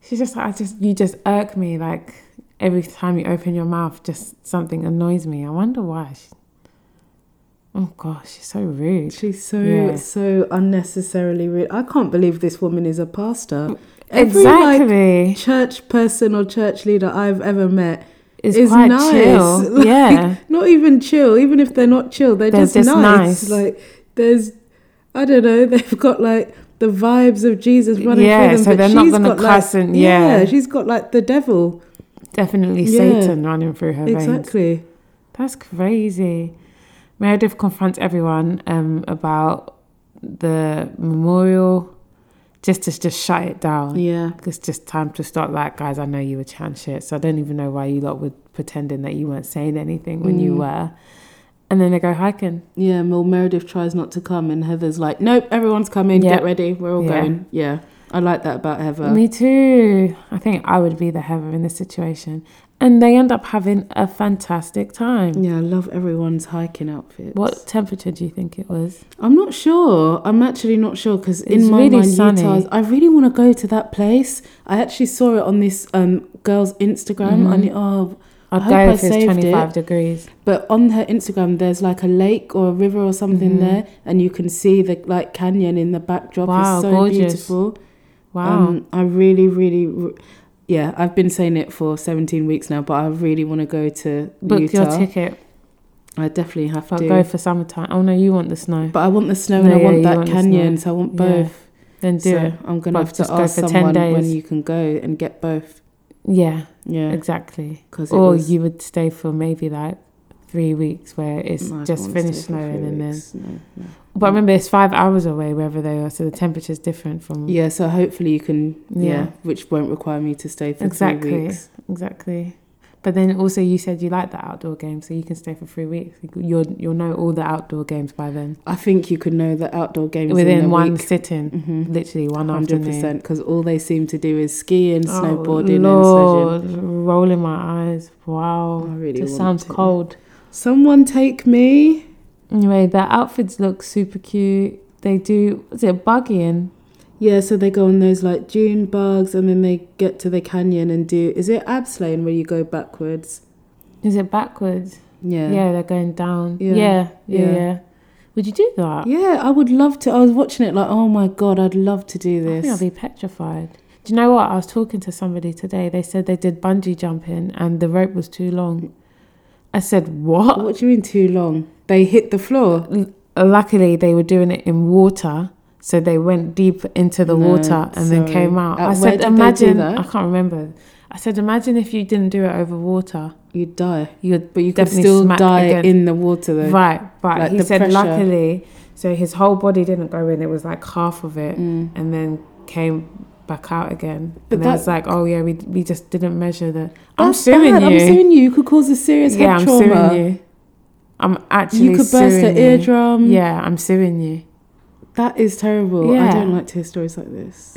S2: She's just like, I just you just irk me. Like every time you open your mouth, just something annoys me. I wonder why. She, oh gosh, she's so rude.
S4: She's so,
S2: Yeah.
S4: so unnecessarily rude. I can't believe this woman is a pastor. Every, like,
S2: exactly.
S4: church person or church leader I've ever met
S2: it's
S4: is
S2: quite
S4: nice.
S2: chill.
S4: Like,
S2: yeah.
S4: Not even chill, even if they're not chill, they're,
S2: They're
S4: just,
S2: just nice.
S4: nice. Like there's I don't know, they've got like the vibes of Jesus running
S2: Yeah,
S4: through them.
S2: so
S4: but
S2: they're not
S4: she's
S2: gonna
S4: got, like-
S2: cuss and- yeah.
S4: she's got like the devil.
S2: definitely
S4: Yeah.
S2: Satan running through her veins.
S4: Exactly.
S2: That's crazy. Meredith confronts everyone um, about the memorial just to just shut it down.
S4: Yeah.
S2: It's just time to stop that, guys. I know you were chatting shit, so I don't even know why you lot were pretending that you weren't saying anything when
S4: Mm.
S2: you were. And then they go hiking.
S4: Yeah, well, Meredith tries not to come, and Heather's like, nope, everyone's coming,
S2: Yeah.
S4: get ready, we're all
S2: Yeah.
S4: going. Yeah, I like that about Heather.
S2: Me too. I think I would be the Heather in this situation. And they end up having a fantastic time.
S4: yeah, I love everyone's hiking outfits.
S2: What temperature do you think it was?
S4: I'm not sure. I'm actually not sure because
S2: It's
S4: in my
S2: really
S4: mind,
S2: sunny.
S4: Utah's. I really want to go to that place. I actually saw it on this um, girl's Instagram.
S2: Mm-hmm.
S4: I knew, oh, I
S2: I'd
S4: hope
S2: go
S4: I
S2: if it's
S4: saved
S2: 25
S4: it.
S2: degrees.
S4: But on her Instagram, there's like a lake or a river or something
S2: Mm-hmm.
S4: there, and you can see the like canyon in the backdrop.
S2: Wow,
S4: it's so
S2: gorgeous.
S4: beautiful.
S2: Wow.
S4: Um, I really, really, re- yeah. I've been saying it for 17 weeks now, but I really want to go to
S2: Book
S4: Utah.
S2: your ticket.
S4: I definitely have
S2: But
S4: to.
S2: go for summertime. Oh no, you want the snow.
S4: but I want the snow
S2: No,
S4: and I
S2: yeah,
S4: want
S2: you
S4: that
S2: want the snow.
S4: canyon, so I want
S2: Yeah.
S4: both.
S2: Then do
S4: so
S2: it.
S4: I'm gonna
S2: But
S4: have to
S2: just go
S4: ask
S2: for 10
S4: someone when
S2: days.
S4: you can go and get both.
S2: Yeah,
S4: Yeah,
S2: exactly.
S4: 'Cause it
S2: Or
S4: was-
S2: you would stay for maybe like three weeks where it's
S4: No, I don't
S2: just
S4: want to
S2: finished
S4: stay for
S2: snowing
S4: three
S2: and then.
S4: weeks. No, no.
S2: But remember, it's five hours away wherever they are, so the temperature's different from.
S4: Yeah, so hopefully you can. Yeah,
S2: Yeah.
S4: which won't require me to stay for three
S2: exactly,
S4: weeks.
S2: exactly. But then also, you said you like the outdoor games, so you can stay for three weeks. You'll you'll know all the outdoor games by then
S4: I think you can know the outdoor games in
S2: within
S4: a
S2: one
S4: week. Mm-hmm.
S2: sitting, literally one
S4: Hundred
S2: afternoon.
S4: percent, because all they seem to do is skiing,
S2: Oh,
S4: snowboarding, and
S2: Lord, rolling my eyes. Wow,
S4: I really
S2: just
S4: want
S2: sounds
S4: to.
S2: cold.
S4: sledging. Someone take me.
S2: Anyway, their outfits look super cute. They do. Is it buggying?
S4: Yeah, so they go on those like dune bugs, and then they get to the canyon and do. Is it abseiling where you go backwards?
S2: Is it backwards?
S4: Yeah.
S2: Yeah, they're going down.
S4: Yeah.
S2: Yeah. Yeah, yeah,
S4: Yeah.
S2: Would you do that?
S4: Yeah, I would love to. I was watching it like, oh my god, I'd love to do
S2: I think I'd
S4: this.
S2: be petrified. Do you know what? I was talking to somebody today. They said they did bungee jumping and the rope was too long. I said, what?
S4: What do you mean too long? They hit the floor.
S2: Luckily, they were doing it in water. So they went deep into the
S4: No,
S2: water and then
S4: sorry.
S2: came out.
S4: Uh,
S2: I
S4: where
S2: said,
S4: did they do
S2: imagine.
S4: that?
S2: I can't remember. I said, imagine if you didn't do it over water.
S4: You'd die.
S2: You'd,
S4: But you could
S2: Definitely
S4: still
S2: smack
S4: die
S2: again.
S4: in the water though.
S2: Right, but
S4: Like
S2: he
S4: the
S2: said
S4: pressure.
S2: luckily, so his whole body didn't go in. It was like half of it, and then came back out again.
S4: Mm. But
S2: and then it's
S4: that-
S2: like, oh yeah, we we just didn't measure the. I'm
S4: That's
S2: suing
S4: bad.
S2: you.
S4: I'm suing you. You could cause a serious
S2: yeah,
S4: head
S2: I'm
S4: trauma.
S2: suing you. I'm actually.
S4: You could burst
S2: suing
S4: an
S2: you.
S4: eardrum.
S2: Yeah, I'm suing you.
S4: That is terrible. I
S2: Yeah.
S4: don't like to hear stories like this.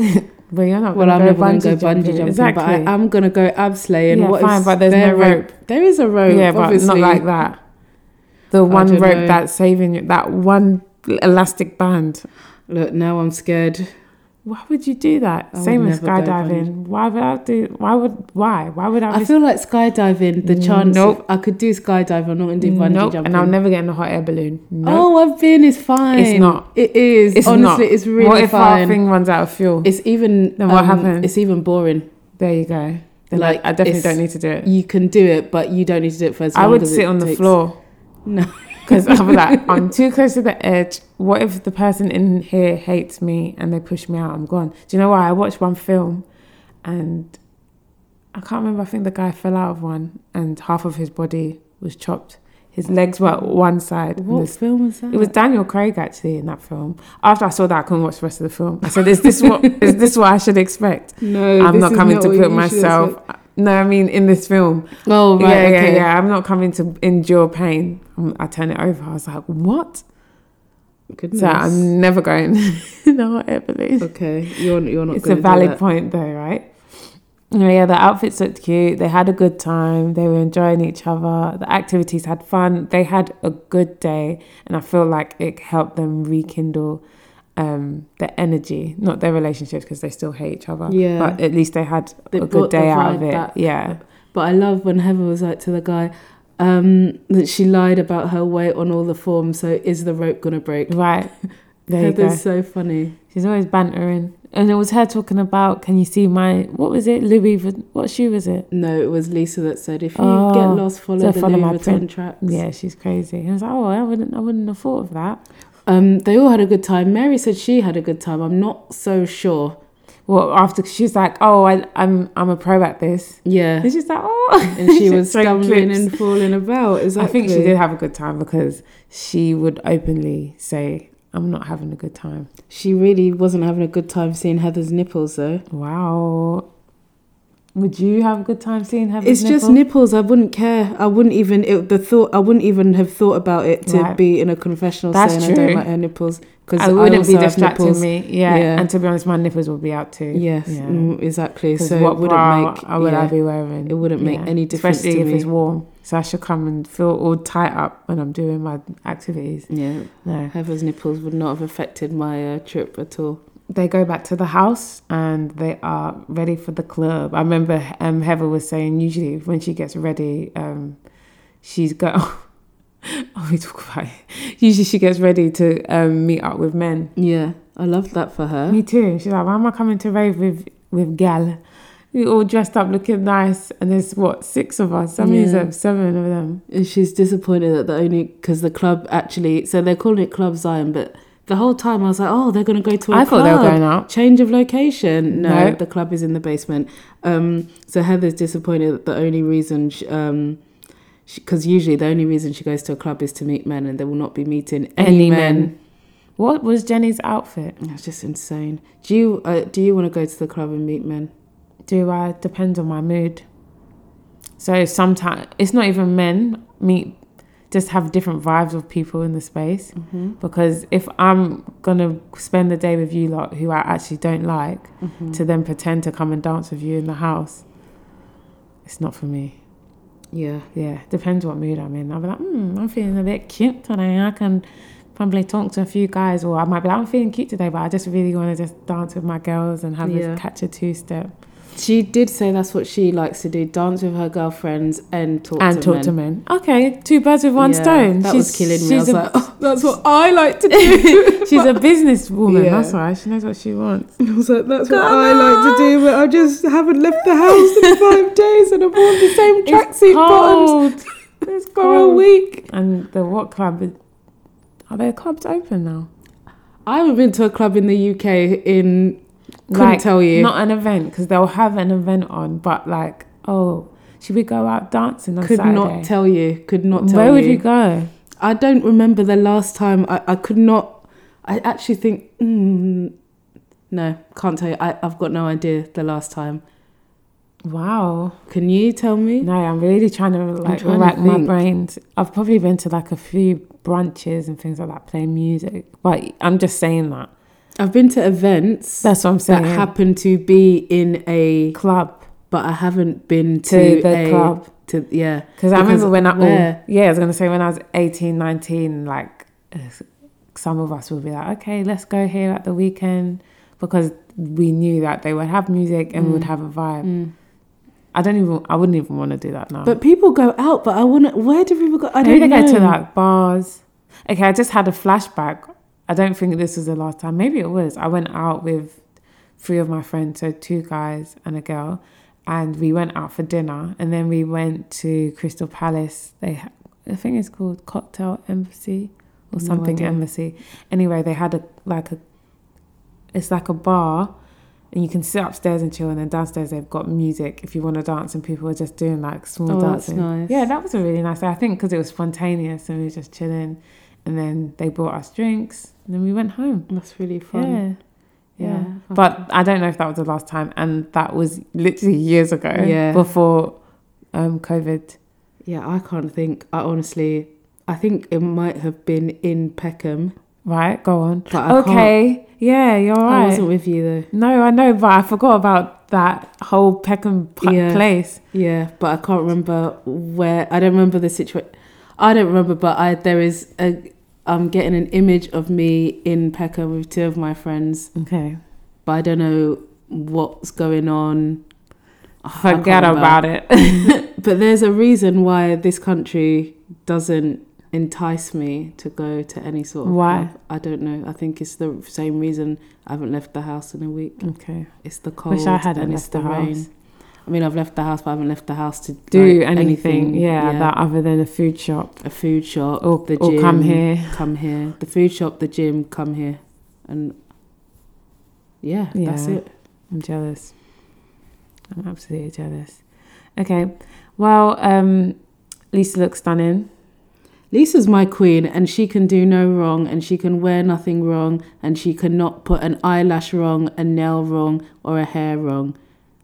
S2: But you're not.
S4: well, I'm
S2: gonna
S4: never
S2: go
S4: going to go
S2: bungee
S4: bungee jumping,
S2: Exactly.
S4: but I am going to go abseiling.
S2: Yeah,
S4: what
S2: fine,
S4: if
S2: but there's
S4: their
S2: no rope.
S4: There is a rope.
S2: yeah, but
S4: obviously.
S2: not like that. The one
S4: don't
S2: rope
S4: know.
S2: that's saving you, that one elastic band.
S4: Look, now I'm scared.
S2: Why would you do that?
S4: I would
S2: Same with
S4: never go
S2: skydiving. Why would I do? Why would? Why? Why would I?
S4: I
S2: risk-
S4: feel like skydiving. The chance
S2: Mm, Nope.
S4: I could do skydive. I'm not going to do bungee
S2: nope.
S4: jumping.
S2: And I'll never get in a hot air balloon. No,
S4: Oh, I've been. It's fine.
S2: It's not.
S4: It is.
S2: it's
S4: Honestly,
S2: not.
S4: it's really
S2: What if
S4: fine.
S2: our thing runs out of fuel?
S4: it's even. um,
S2: Then what happens?
S4: It's even boring.
S2: there you go. Then
S4: Like,
S2: like, I definitely
S4: it's-
S2: don't need to do it.
S4: You can do it, but you don't need to do it for as long.
S2: I would
S4: as
S2: sit
S4: it
S2: on the
S4: takes.
S2: floor
S4: No.
S2: because I'm like, I'm too close to the edge. What if the person in here hates me and they push me out? I'm gone. Do you know why? I watched one film, and I can't remember. I think the guy fell out of one, and half of his body was chopped. His legs were one side. and
S4: What
S2: his
S4: film was that?
S2: It was Daniel Craig actually in that film. After I saw that, I couldn't watch the rest of the film. I said, "Is this what is this what I should expect?"
S4: No,
S2: I'm
S4: this
S2: not
S4: is
S2: coming to
S4: what you
S2: put
S4: should
S2: myself.
S4: expect.
S2: No, I mean in this film.
S4: Oh right,
S2: yeah,
S4: okay.
S2: yeah, yeah. I'm not coming to endure pain. Um, I turn it over. I was like, "What?"
S4: Goodness.
S2: So I'm never going. no, I believe
S4: okay, you're you're not.
S2: it's a
S4: gonna do
S2: valid
S4: that.
S2: point though, right? Anyway, yeah, the outfits looked cute. They had a good time. They were enjoying each other. The activities had fun. They had a good day, and I feel like it helped them rekindle um, their energy, not their relationships because they still hate each other.
S4: Yeah.
S2: but at least they had
S4: They
S2: a
S4: brought
S2: good
S4: the
S2: day out of
S4: vibe
S2: it.
S4: back.
S2: Yeah,
S4: But I love when Heather was like to the guy um, that she lied about her weight on all the forms. So is the rope gonna break?
S2: right. There you go.
S4: Heather's so funny.
S2: She's always bantering, and it was her talking about. Can you see my what was it? Louis? Vu- What shoe was it?
S4: No, it was Lisa that said, "If you
S2: Oh,
S4: get lost, follow
S2: so
S4: the
S2: follow
S4: Louis
S2: my
S4: Vuitton
S2: print.
S4: tracks."
S2: Yeah, she's crazy. And I was like, oh, I wouldn't, I wouldn't have thought of that.
S4: Um, they all had a good time. Mary said she had a good time. I'm not so sure.
S2: well, after she's like, oh, I, I'm I'm a pro at this.
S4: Yeah.
S2: And she's like, oh,
S4: And she was
S2: showing
S4: stumbling
S2: clips.
S4: and falling about. Exactly.
S2: I think she did have a good time because she would openly say, I'm not having a good time.
S4: She really wasn't having a good time seeing Heather's nipples, though.
S2: Wow. Would you have a good time seeing her?
S4: It's just nipples. I wouldn't care. I wouldn't even it, the thought. I wouldn't even have thought about it to
S2: Right.
S4: be in a confessional
S2: That's
S4: saying I
S2: true.
S4: don't like her nipples because
S2: I wouldn't be
S4: nipples.
S2: distracting me. Yeah.
S4: Yeah.
S2: And to be honest, my nipples would be out too.
S4: Yes,
S2: Yeah.
S4: mm, exactly.
S2: 'Cause
S4: So
S2: what
S4: it wouldn't
S2: bra
S4: make.
S2: I would I
S4: yeah.
S2: be wearing?
S4: It wouldn't make any difference
S2: Especially
S4: to
S2: if it's
S4: me.
S2: warm. So I should come and feel all tight up when I'm doing my activities.
S4: yeah,
S2: No.
S4: Heather's nipples would not have affected my uh, trip at all.
S2: they go back to the house and they are ready for the club. I remember um, Heather was saying usually when she gets ready, um, she's go. oh, we talk about it. Usually she gets ready to um, meet up with men.
S4: Yeah, I love that for her.
S2: Me too. She's like, why am I coming to rave with with gal? We all dressed up, looking nice, and there's what six of us. Some
S4: Yeah.
S2: of seven of them.
S4: And she's disappointed that the only because the club actually so they're calling it Club Zion, but the whole time I was like, oh, they're going to go to. a
S2: I thought they were
S4: club.
S2: going out.
S4: Change of location. No,
S2: No.
S4: the club is in the basement. Um, so Heather's disappointed that the only reason, she, um, because usually the only reason she goes to a club is to meet men, and they will not be meeting any, men.
S2: What was Jenny's outfit?
S4: That's just insane. Do you uh, do you want to go to the club and meet men?
S2: do I depends on my mood. So sometimes it's not even men meet just have different vibes of people in the space because if I'm gonna spend the day with you lot who I actually don't like to then pretend to come and dance with you in the house, it's not for me.
S4: Yeah,
S2: Yeah, depends what mood I'm in. I'll be like, hmm, I'm feeling a bit cute today. I can probably talk to a few guys, or I might be like, I'm feeling cute today, but I just really want to just dance with my girls and have
S4: Yeah.
S2: a catch a two step.
S4: she did say that's what she likes to do: dance with her girlfriends and talk
S2: and
S4: to
S2: talk
S4: men.
S2: to men. Okay, two birds with one
S4: Yeah,
S2: stone.
S4: That was killing me. I was
S2: a,
S4: like, oh, that's what I like to do.
S2: she's a businesswoman.
S4: Yeah.
S2: That's why she knows what she wants.
S4: I was like, that's what I like to do, but I just haven't left the house in five days and I've worn the same tracksuit bottoms
S2: Cold. it's
S4: for a
S2: cold.
S4: week.
S2: And the what club? is- Are their clubs open now?
S4: I haven't been to a club in the UK in, couldn't tell you.
S2: Not an event because they'll have an event on, but like, oh, should we go out dancing on
S4: could
S2: Saturday?
S4: not tell you, could not tell
S2: Where
S4: you.
S2: would you go?
S4: I don't remember the last time I, I could not, I actually think, mm, no, can't tell you. I, I've got no idea the last time.
S2: Wow.
S4: Can you tell me?
S2: No, I'm really trying to like
S4: trying to
S2: rack my
S4: think.
S2: brains. I've probably been to like a few brunches and things like that, playing music. But I'm just saying that.
S4: I've been to events
S2: That's what I'm
S4: that
S2: saying.
S4: happen to be in a
S2: club
S4: but I haven't been
S2: To
S4: to,
S2: the
S4: a,
S2: club.
S4: To yeah,
S2: because I remember when I
S4: where?
S2: oh, yeah, I was gonna say when I was 18, 19, like uh, some of us would be like, okay, let's go here at the weekend because we knew that they would have music and we would have a vibe. I don't even. I wouldn't even want to do that now.
S4: But people go out, but I want to. Where do people go? I
S2: Maybe
S4: don't
S2: they
S4: know.
S2: go to like bars. Okay, I just had a flashback. I don't think this was the last time. Maybe it was. I went out with three of my friends, so two guys and a girl, and we went out for dinner, and then we went to Crystal Palace. They, ha- I think it's called Cocktail Embassy or something
S4: idea.
S2: Embassy. Anyway, they had a like a, it's like a bar. And you can sit upstairs and chill, and then downstairs they've got music if you want to dance, and people are just doing like small
S4: Oh, that's
S2: dancing.
S4: nice.
S2: Yeah, that was a really nice. day. I think because it was spontaneous and we were just chilling, and then they brought us drinks, and then we went home.
S4: That's really fun.
S2: Yeah, yeah.
S4: Yeah.
S2: But I don't know if that was the last time, and that was literally years ago.
S4: Yeah.
S2: before um, COVID.
S4: Yeah, I can't think. I honestly, I think it might have been in Peckham.
S2: Right, go on.
S4: But I
S2: okay, yeah, you're
S4: I
S2: right.
S4: wasn't with you though.
S2: no, I know, but I forgot about that whole Peckham pla-
S4: Yeah.
S2: place.
S4: Yeah, but I can't remember where. I don't remember the situation. I don't remember, but I there is a. I'm getting an image of me in Peckham with two of my friends,
S2: Okay,
S4: but I don't know what's going on. I can't
S2: forget
S4: remember.
S2: about it.
S4: But there's a reason why this country doesn't entice me to go to any sort of
S2: Why?
S4: club. I don't know. I think it's the same reason I haven't left the house in a week.
S2: okay,
S4: It's the cold.
S2: wish I hadn't
S4: and it's
S2: left the house.
S4: I mean, I've left the house, but I haven't left the house to
S2: Do
S4: like,
S2: anything, yeah, that other than a food shop
S4: a food shop,
S2: or,
S4: the gym,
S2: or come here.
S4: come here, the food shop, the gym, come here, and yeah, that's
S2: Yeah.
S4: it.
S2: I'm jealous. I'm absolutely jealous. Okay. Well, um, Lisa looks stunning.
S4: Lisa's my queen, and she can do no wrong, and she can wear nothing wrong, and she cannot put an eyelash wrong, a nail wrong, or a hair wrong.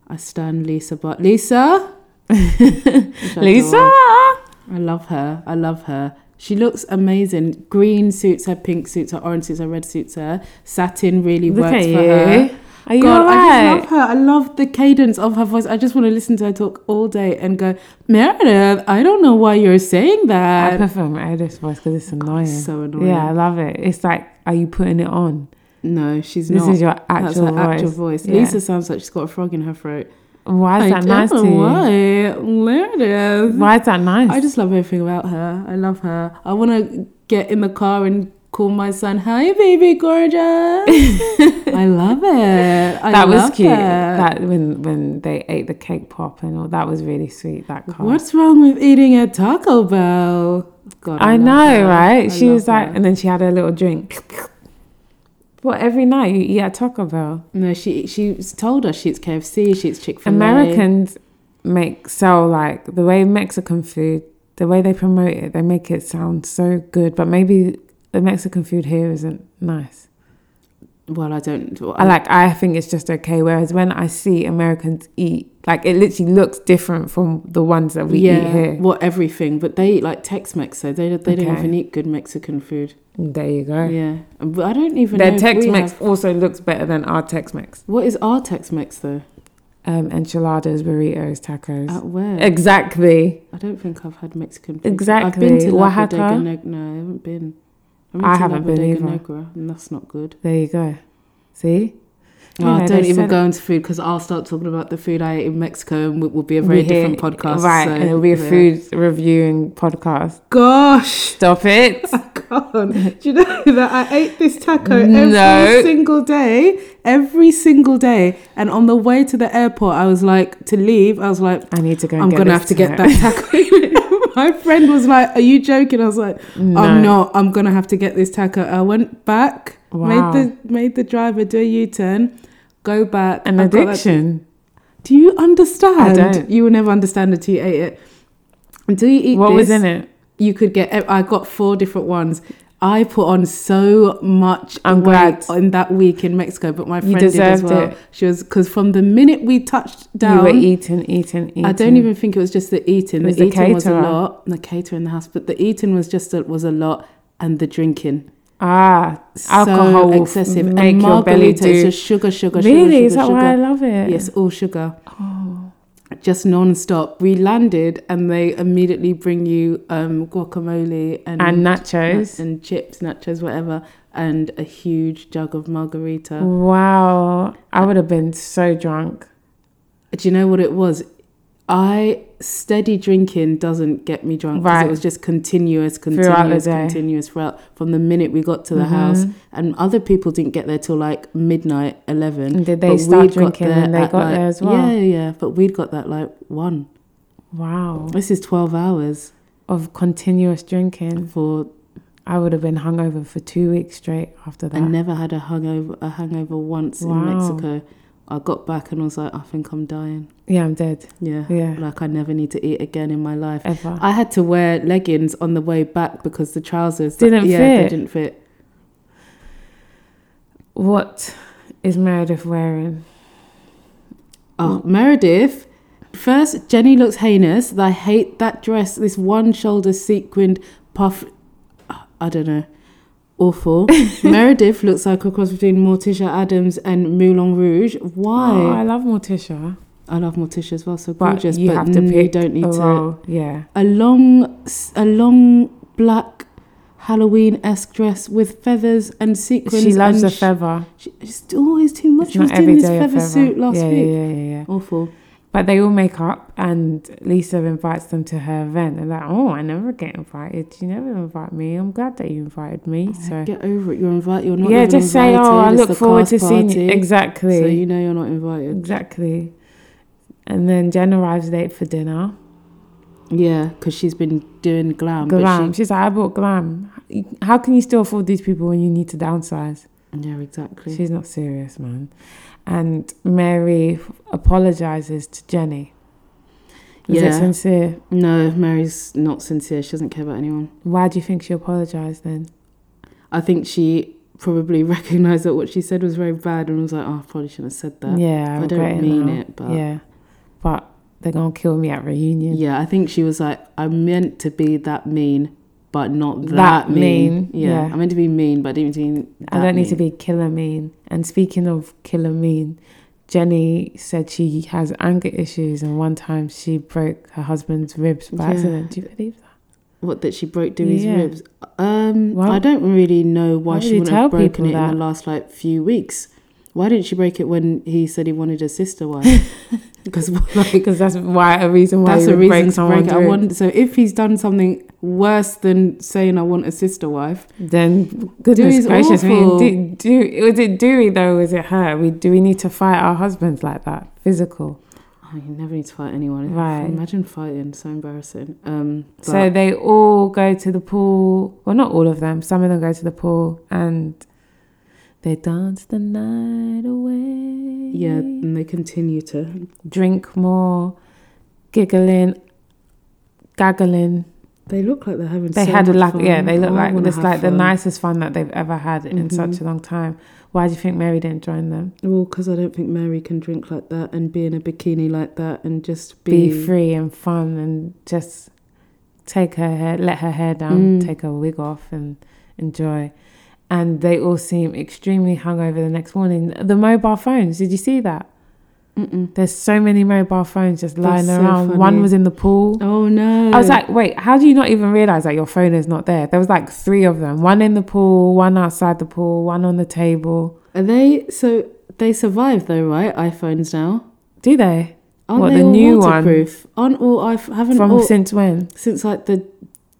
S4: I stand Lisa, but Lisa, Which I
S2: Lisa!
S4: adore. I love her. I love her. She looks amazing. Green suits her, pink suits her, orange suits her, red suits her. Satin really
S2: Look
S4: works
S2: at
S4: for
S2: you.
S4: her.
S2: Are you
S4: God, I
S2: alright?
S4: just love her. I love the cadence of her voice. I just want to listen to her talk all day and go, Meredith, I don't know why you're saying
S2: I
S4: that.
S2: prefer my Edith's voice because it's annoying.
S4: so annoying.
S2: Yeah, I love it. It's like, are you putting it on?
S4: No, she's
S2: This
S4: not.
S2: is your
S4: That's
S2: actual
S4: her actual
S2: voice.
S4: voice.
S2: Yeah.
S4: Lisa sounds like she's got a frog in her throat.
S2: Why is
S4: I
S2: that nice to
S4: don't
S2: you?
S4: know Why? Meredith.
S2: Why is that nice?
S4: I just love everything about her. I love her. I want to get in the car and call my son, "Hi, baby, gorgeous." I love it. I
S2: that was
S4: love
S2: cute.
S4: it.
S2: That when when they ate the cake pop and all that was really sweet. That card.
S4: What's wrong with eating at Taco Bell? God,
S2: I,
S4: love
S2: know,
S4: her.
S2: right?
S4: I
S2: she was
S4: love
S2: like,
S4: her.
S2: and then she had her little drink. Well, every night you eat at Taco Bell.
S4: no, she she's told us she eats KFC, she eats Chick Fil A.
S2: Americans make sell like the way Mexican food, the way they promote it, they make it sound so good. But maybe the Mexican food here isn't nice.
S4: Well, I don't. Well,
S2: I like I think it's just okay. Whereas when I see Americans eat, like it literally looks different from the ones that we eat
S4: yeah,
S2: here.
S4: well, everything, but they eat like Tex-Mex, so they they don't
S2: Okay.
S4: even eat good Mexican food.
S2: There you go.
S4: Yeah, but I don't even. know
S2: Their
S4: if we
S2: Tex Mex
S4: have-
S2: also looks better than our Tex Mex.
S4: What is our Tex-Mex though?
S2: Um, enchiladas, burritos, tacos.
S4: At where?
S2: Exactly.
S4: I don't think I've had Mexican food. I've
S2: Exactly.
S4: been to
S2: Oaxaca?
S4: Oaxaca. Neg- no, I haven't been. I've
S2: I
S4: to
S2: haven't been
S4: Lagodega
S2: either.
S4: Negra, and that's not good.
S2: There you go. See? Yeah,
S4: Oh, don't
S2: they
S4: even
S2: said-
S4: go into food because I'll start talking about the food I ate in Mexico, and it will be a very
S2: We hear-
S4: different podcast.
S2: Right.
S4: so,
S2: and it'll be a
S4: yeah.
S2: food reviewing podcast.
S4: Gosh,
S2: Stop it.
S4: I can't. Do you know that I ate this taco
S2: No.
S4: every single day, every single day, and on the way to the airport, I was like to leave. I was like,
S2: I need to go and
S4: I'm
S2: get
S4: gonna
S2: this
S4: have to get
S2: tonight.
S4: that taco. My friend was like, "Are you joking?" I was like,
S2: No.
S4: "I'm not. I'm gonna have to get this taco." I went back,
S2: Wow.
S4: made the made the driver do a U-turn, go back.
S2: An
S4: I got that-
S2: addiction.
S4: Do you understand?
S2: I don't.
S4: You will never understand until you ate it. Until you eat
S2: What was
S4: this,
S2: in it?
S4: You could get. ev- I got four different ones. I put on so much
S2: I'm
S4: weight
S2: glad.
S4: in that week in Mexico, but my
S2: You
S4: friend did as
S2: deserved
S4: well.
S2: it.
S4: She was because from the minute we touched down,
S2: You were eating, eating, eating.
S4: I don't even think it was just the eating.
S2: It
S4: The,
S2: was the
S4: eating was a
S2: caterer.
S4: lot. The caterer in the house, but the eating was just a, was a lot, and the drinking
S2: Ah, alcohol
S4: so
S2: will
S4: excessive.
S2: Make
S4: and
S2: your belly
S4: margarita is
S2: do.
S4: just sugar, sugar, sugar,
S2: really?
S4: sugar,
S2: Is that
S4: sugar.
S2: why I love it? Oh.
S4: Yes, all sugar. Just non-stop. We landed, and they immediately bring you um, guacamole and
S2: And
S4: nuts
S2: nachos.
S4: and chips, nachos, whatever, and a huge jug of margarita.
S2: Wow. I would have been so drunk.
S4: Do you know what it was? I steady drinking doesn't get me drunk 'cause
S2: Right.
S4: it was just continuous,
S2: the
S4: continuous,
S2: day. Mm-hmm.
S4: continuous throughout from the minute we got to the house. And other people didn't get there till like midnight, eleven.
S2: And did they
S4: but
S2: start
S4: we'd got
S2: drinking
S4: there
S2: and they
S4: at,
S2: got
S4: like-
S2: there as well?
S4: Yeah, yeah. But we'd got that like one.
S2: Wow.
S4: This is twelve hours
S2: Of continuous drinking.
S4: for.
S2: I would have been hungover for two weeks straight after that.
S4: I never had a hangover. A hangover once in
S2: Wow.
S4: Mexico. I got back and was like, I think I'm dying.
S2: yeah, I'm dead.
S4: Yeah.
S2: Yeah.
S4: Like I never need to eat again in my life.
S2: Ever.
S4: I had to wear leggings on the way back because the trousers
S2: Didn't
S4: yeah,
S2: fit.
S4: They didn't fit.
S2: What is Meredith wearing?
S4: Oh,
S2: Mm.
S4: Meredith. First, Jenny looks heinous. I hate that dress. This one shoulder sequined puff. I don't know. Awful. Meredith looks like a cross between Morticia Adams and Moulin Rouge.
S2: Oh, I
S4: Why?
S2: love Morticia.
S4: I love Morticia as well. So
S2: But
S4: gorgeous,
S2: you
S4: but
S2: have to
S4: n-
S2: pick
S4: You don't need
S2: a
S4: to.
S2: role. Yeah.
S4: a long, a long black Halloween esque dress with feathers and sequins.
S2: She loves
S4: and
S2: a
S4: sh-
S2: feather.
S4: She, oh, it's always too much.
S2: It's
S4: she was
S2: not
S4: doing
S2: every
S4: this
S2: day
S4: feather,
S2: a feather.
S4: suit last
S2: yeah,
S4: week.
S2: Yeah, yeah, yeah.
S4: Awful.
S2: But they all make up, and Lisa invites them to her event. They're like, "Oh, I never get invited. You never invite me. I'm glad that you invited me." So
S4: Get over it. You're invited. You're not.
S2: yeah,
S4: even
S2: just say,
S4: invited.
S2: "Oh, I
S4: It's
S2: look
S4: the
S2: forward
S4: cast
S2: to seeing you."
S4: party,
S2: Exactly.
S4: So you know you're not invited.
S2: Exactly. And then Jen arrives late for dinner.
S4: Yeah, because she's been doing glam.
S2: Glam.
S4: Um, But
S2: She's like, I bought glam. How can you still afford these people when you need to downsize?
S4: she, yeah, exactly.
S2: She's not serious, man. and Mary apologizes to Jenny. Is it
S4: Yeah.
S2: sincere?
S4: No, Mary's not sincere. She doesn't care about anyone.
S2: Why do you think she apologized then?
S4: I think she probably recognized that what she said was very bad and was like, "Oh, I probably shouldn't have said that."
S2: yeah,
S4: I
S2: regret
S4: don't mean
S2: now.
S4: it, but yeah.
S2: yeah, but they're gonna kill me at reunion.
S4: I think she was like, "I meant to be that mean, but not that,
S2: That mean,
S4: mean." Yeah.
S2: yeah.
S4: I meant to be mean, but I didn't mean.
S2: I don't need to be killer mean. And speaking of killer mean, Jenny said she has anger issues, and one time she broke her husband's ribs by
S4: Yeah.
S2: accident. Do you believe that?
S4: What that she broke Dewey's
S2: Yeah.
S4: ribs. Um,
S2: Why-
S4: I don't really know why
S2: why would
S4: she
S2: you
S4: wouldn't have
S2: tell people
S4: broken it
S2: that?
S4: in the last like few weeks. Why didn't she break it when he said he wanted a sister wife? Because like
S2: Because that's why a reason why
S4: That's
S2: you
S4: a
S2: would
S4: reason
S2: break
S4: to break
S2: someone's
S4: it. I
S2: rib.
S4: want, so if he's done something worse than saying I want a sister wife,
S2: Then goodness
S4: Dewey's
S2: gracious
S4: awful.
S2: me, do, do, was it Dewey though? or Was it her? We do we need to fight our husbands like that? Physical.
S4: oh, you never need to fight anyone.
S2: Right.
S4: Imagine fighting, so embarrassing. Um, but
S2: so they all go to the pool. Well, not all of them. Some of them go to the pool and they dance the night away.
S4: yeah, and they continue to
S2: drink more, giggling, gaggling.
S4: they look like they're having.
S2: They
S4: so
S2: had a
S4: much
S2: like,
S4: fun. Oh,
S2: yeah, they look
S4: I
S2: like
S4: wanna
S2: this
S4: have
S2: like the
S4: fun. Mm-hmm.
S2: nicest fun that they've ever had in such a long time. Why do you think Mary didn't join them?
S4: Well, because I don't think Mary can drink like that and be in a bikini like that and just
S2: Be
S4: be.
S2: free and fun and just take her hair, let her hair down,
S4: Mm.
S2: take her wig off and enjoy. And they all seem extremely hungover the next morning. The mobile phones, did you see that?
S4: Mm-mm.
S2: There's so many mobile phones just
S4: That's
S2: lying
S4: so
S2: around. One
S4: funny.
S2: was in the pool.
S4: Oh no!
S2: I was like, wait, how do you not even realize that your phone is not there? There was like three of them one in the pool, one outside the pool, one on the table.
S4: are they so they survive though, right? iPhones now.
S2: Do they?
S4: Aren't
S2: What,
S4: they
S2: the
S4: all
S2: new one?
S4: waterproof? Aren't all I haven't
S2: From
S4: all,
S2: since when?
S4: since like the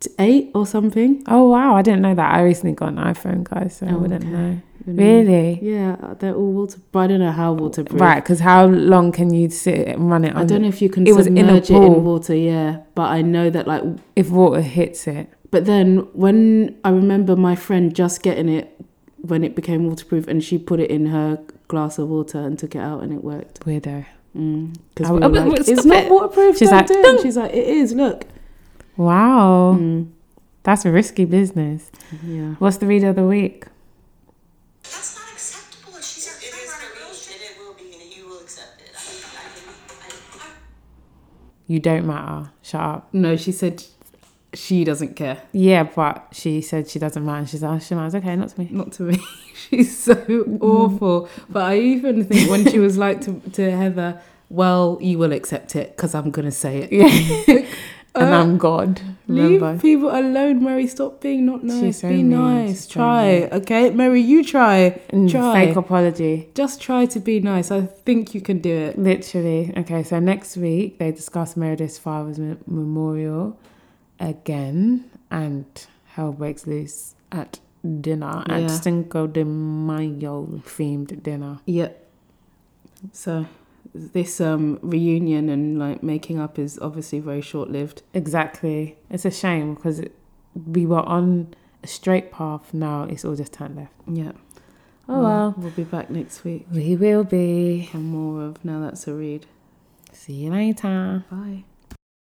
S4: t- eight or something.
S2: Oh, wow. I didn't know that. I recently got an iPhone, guys, so I wouldn't
S4: Oh, okay.
S2: know.
S4: Wouldn't
S2: Really?
S4: Yeah, uh, they're all water. But I don't know how waterproof.
S2: Right, because how long can you sit and run it?
S4: I don't know if you can
S2: It
S4: it
S2: was in a
S4: submerge it
S2: pool.
S4: in water. Yeah, but I know that like.
S2: If water hits it.
S4: But then when I remember my friend just getting it when it became waterproof, and she put it in her glass of water and took it out, and it worked.
S2: Weirdo.
S4: Mm.
S2: I-
S4: 'Cause we were
S2: oh, but-
S4: like,
S2: but
S4: it's
S2: stop
S4: not
S2: it."
S4: waterproof.
S2: She's
S4: She's like,
S2: like, "Dunk."
S4: she's like, it is. Look.
S2: Wow.
S4: Mm.
S2: That's a risky business.
S4: Yeah.
S2: What's the read of the week?
S5: That's not acceptable. and She's our
S6: It
S5: friend
S6: is
S5: on
S6: the
S5: a girls'
S6: reach,
S5: trip.
S6: and it will be, and you will accept it. I, I, I, I,
S2: You don't matter. Shut up.
S4: No, she said she doesn't care.
S2: Yeah, but she said she doesn't mind. She's like, "Oh, she minds. Okay, not to me.
S4: not to me. She's so awful. But I even think when she was like to, to Heather, well, you will accept it because I'm going to say it.
S2: Yeah. and
S4: Uh,
S2: I'm God.
S4: Leave
S2: Remember?
S4: people alone, Mary. Stop being not
S2: She's
S4: nice.
S2: so
S4: Be
S2: mean.
S4: nice.
S2: She's so
S4: Try,
S2: mean.
S4: okay? Mary, you try.
S2: Mm,
S4: Try.
S2: Fake apology.
S4: Just try to be nice. I think you can do it.
S2: Literally. Okay, so next week they discuss Meredith's father's me- memorial again, and hell breaks loose at dinner
S4: Yeah.
S2: at Cinco de Mayo themed dinner.
S4: Yep. So this um reunion and like making up is obviously very short lived.
S2: Exactly. It's a shame because it, we were on a straight path. Now it's all just turned left.
S4: Yeah.
S2: Oh well.
S4: We'll be back next week
S2: We will be.
S4: for more of Now That's a Read.
S2: See you later.
S4: Bye.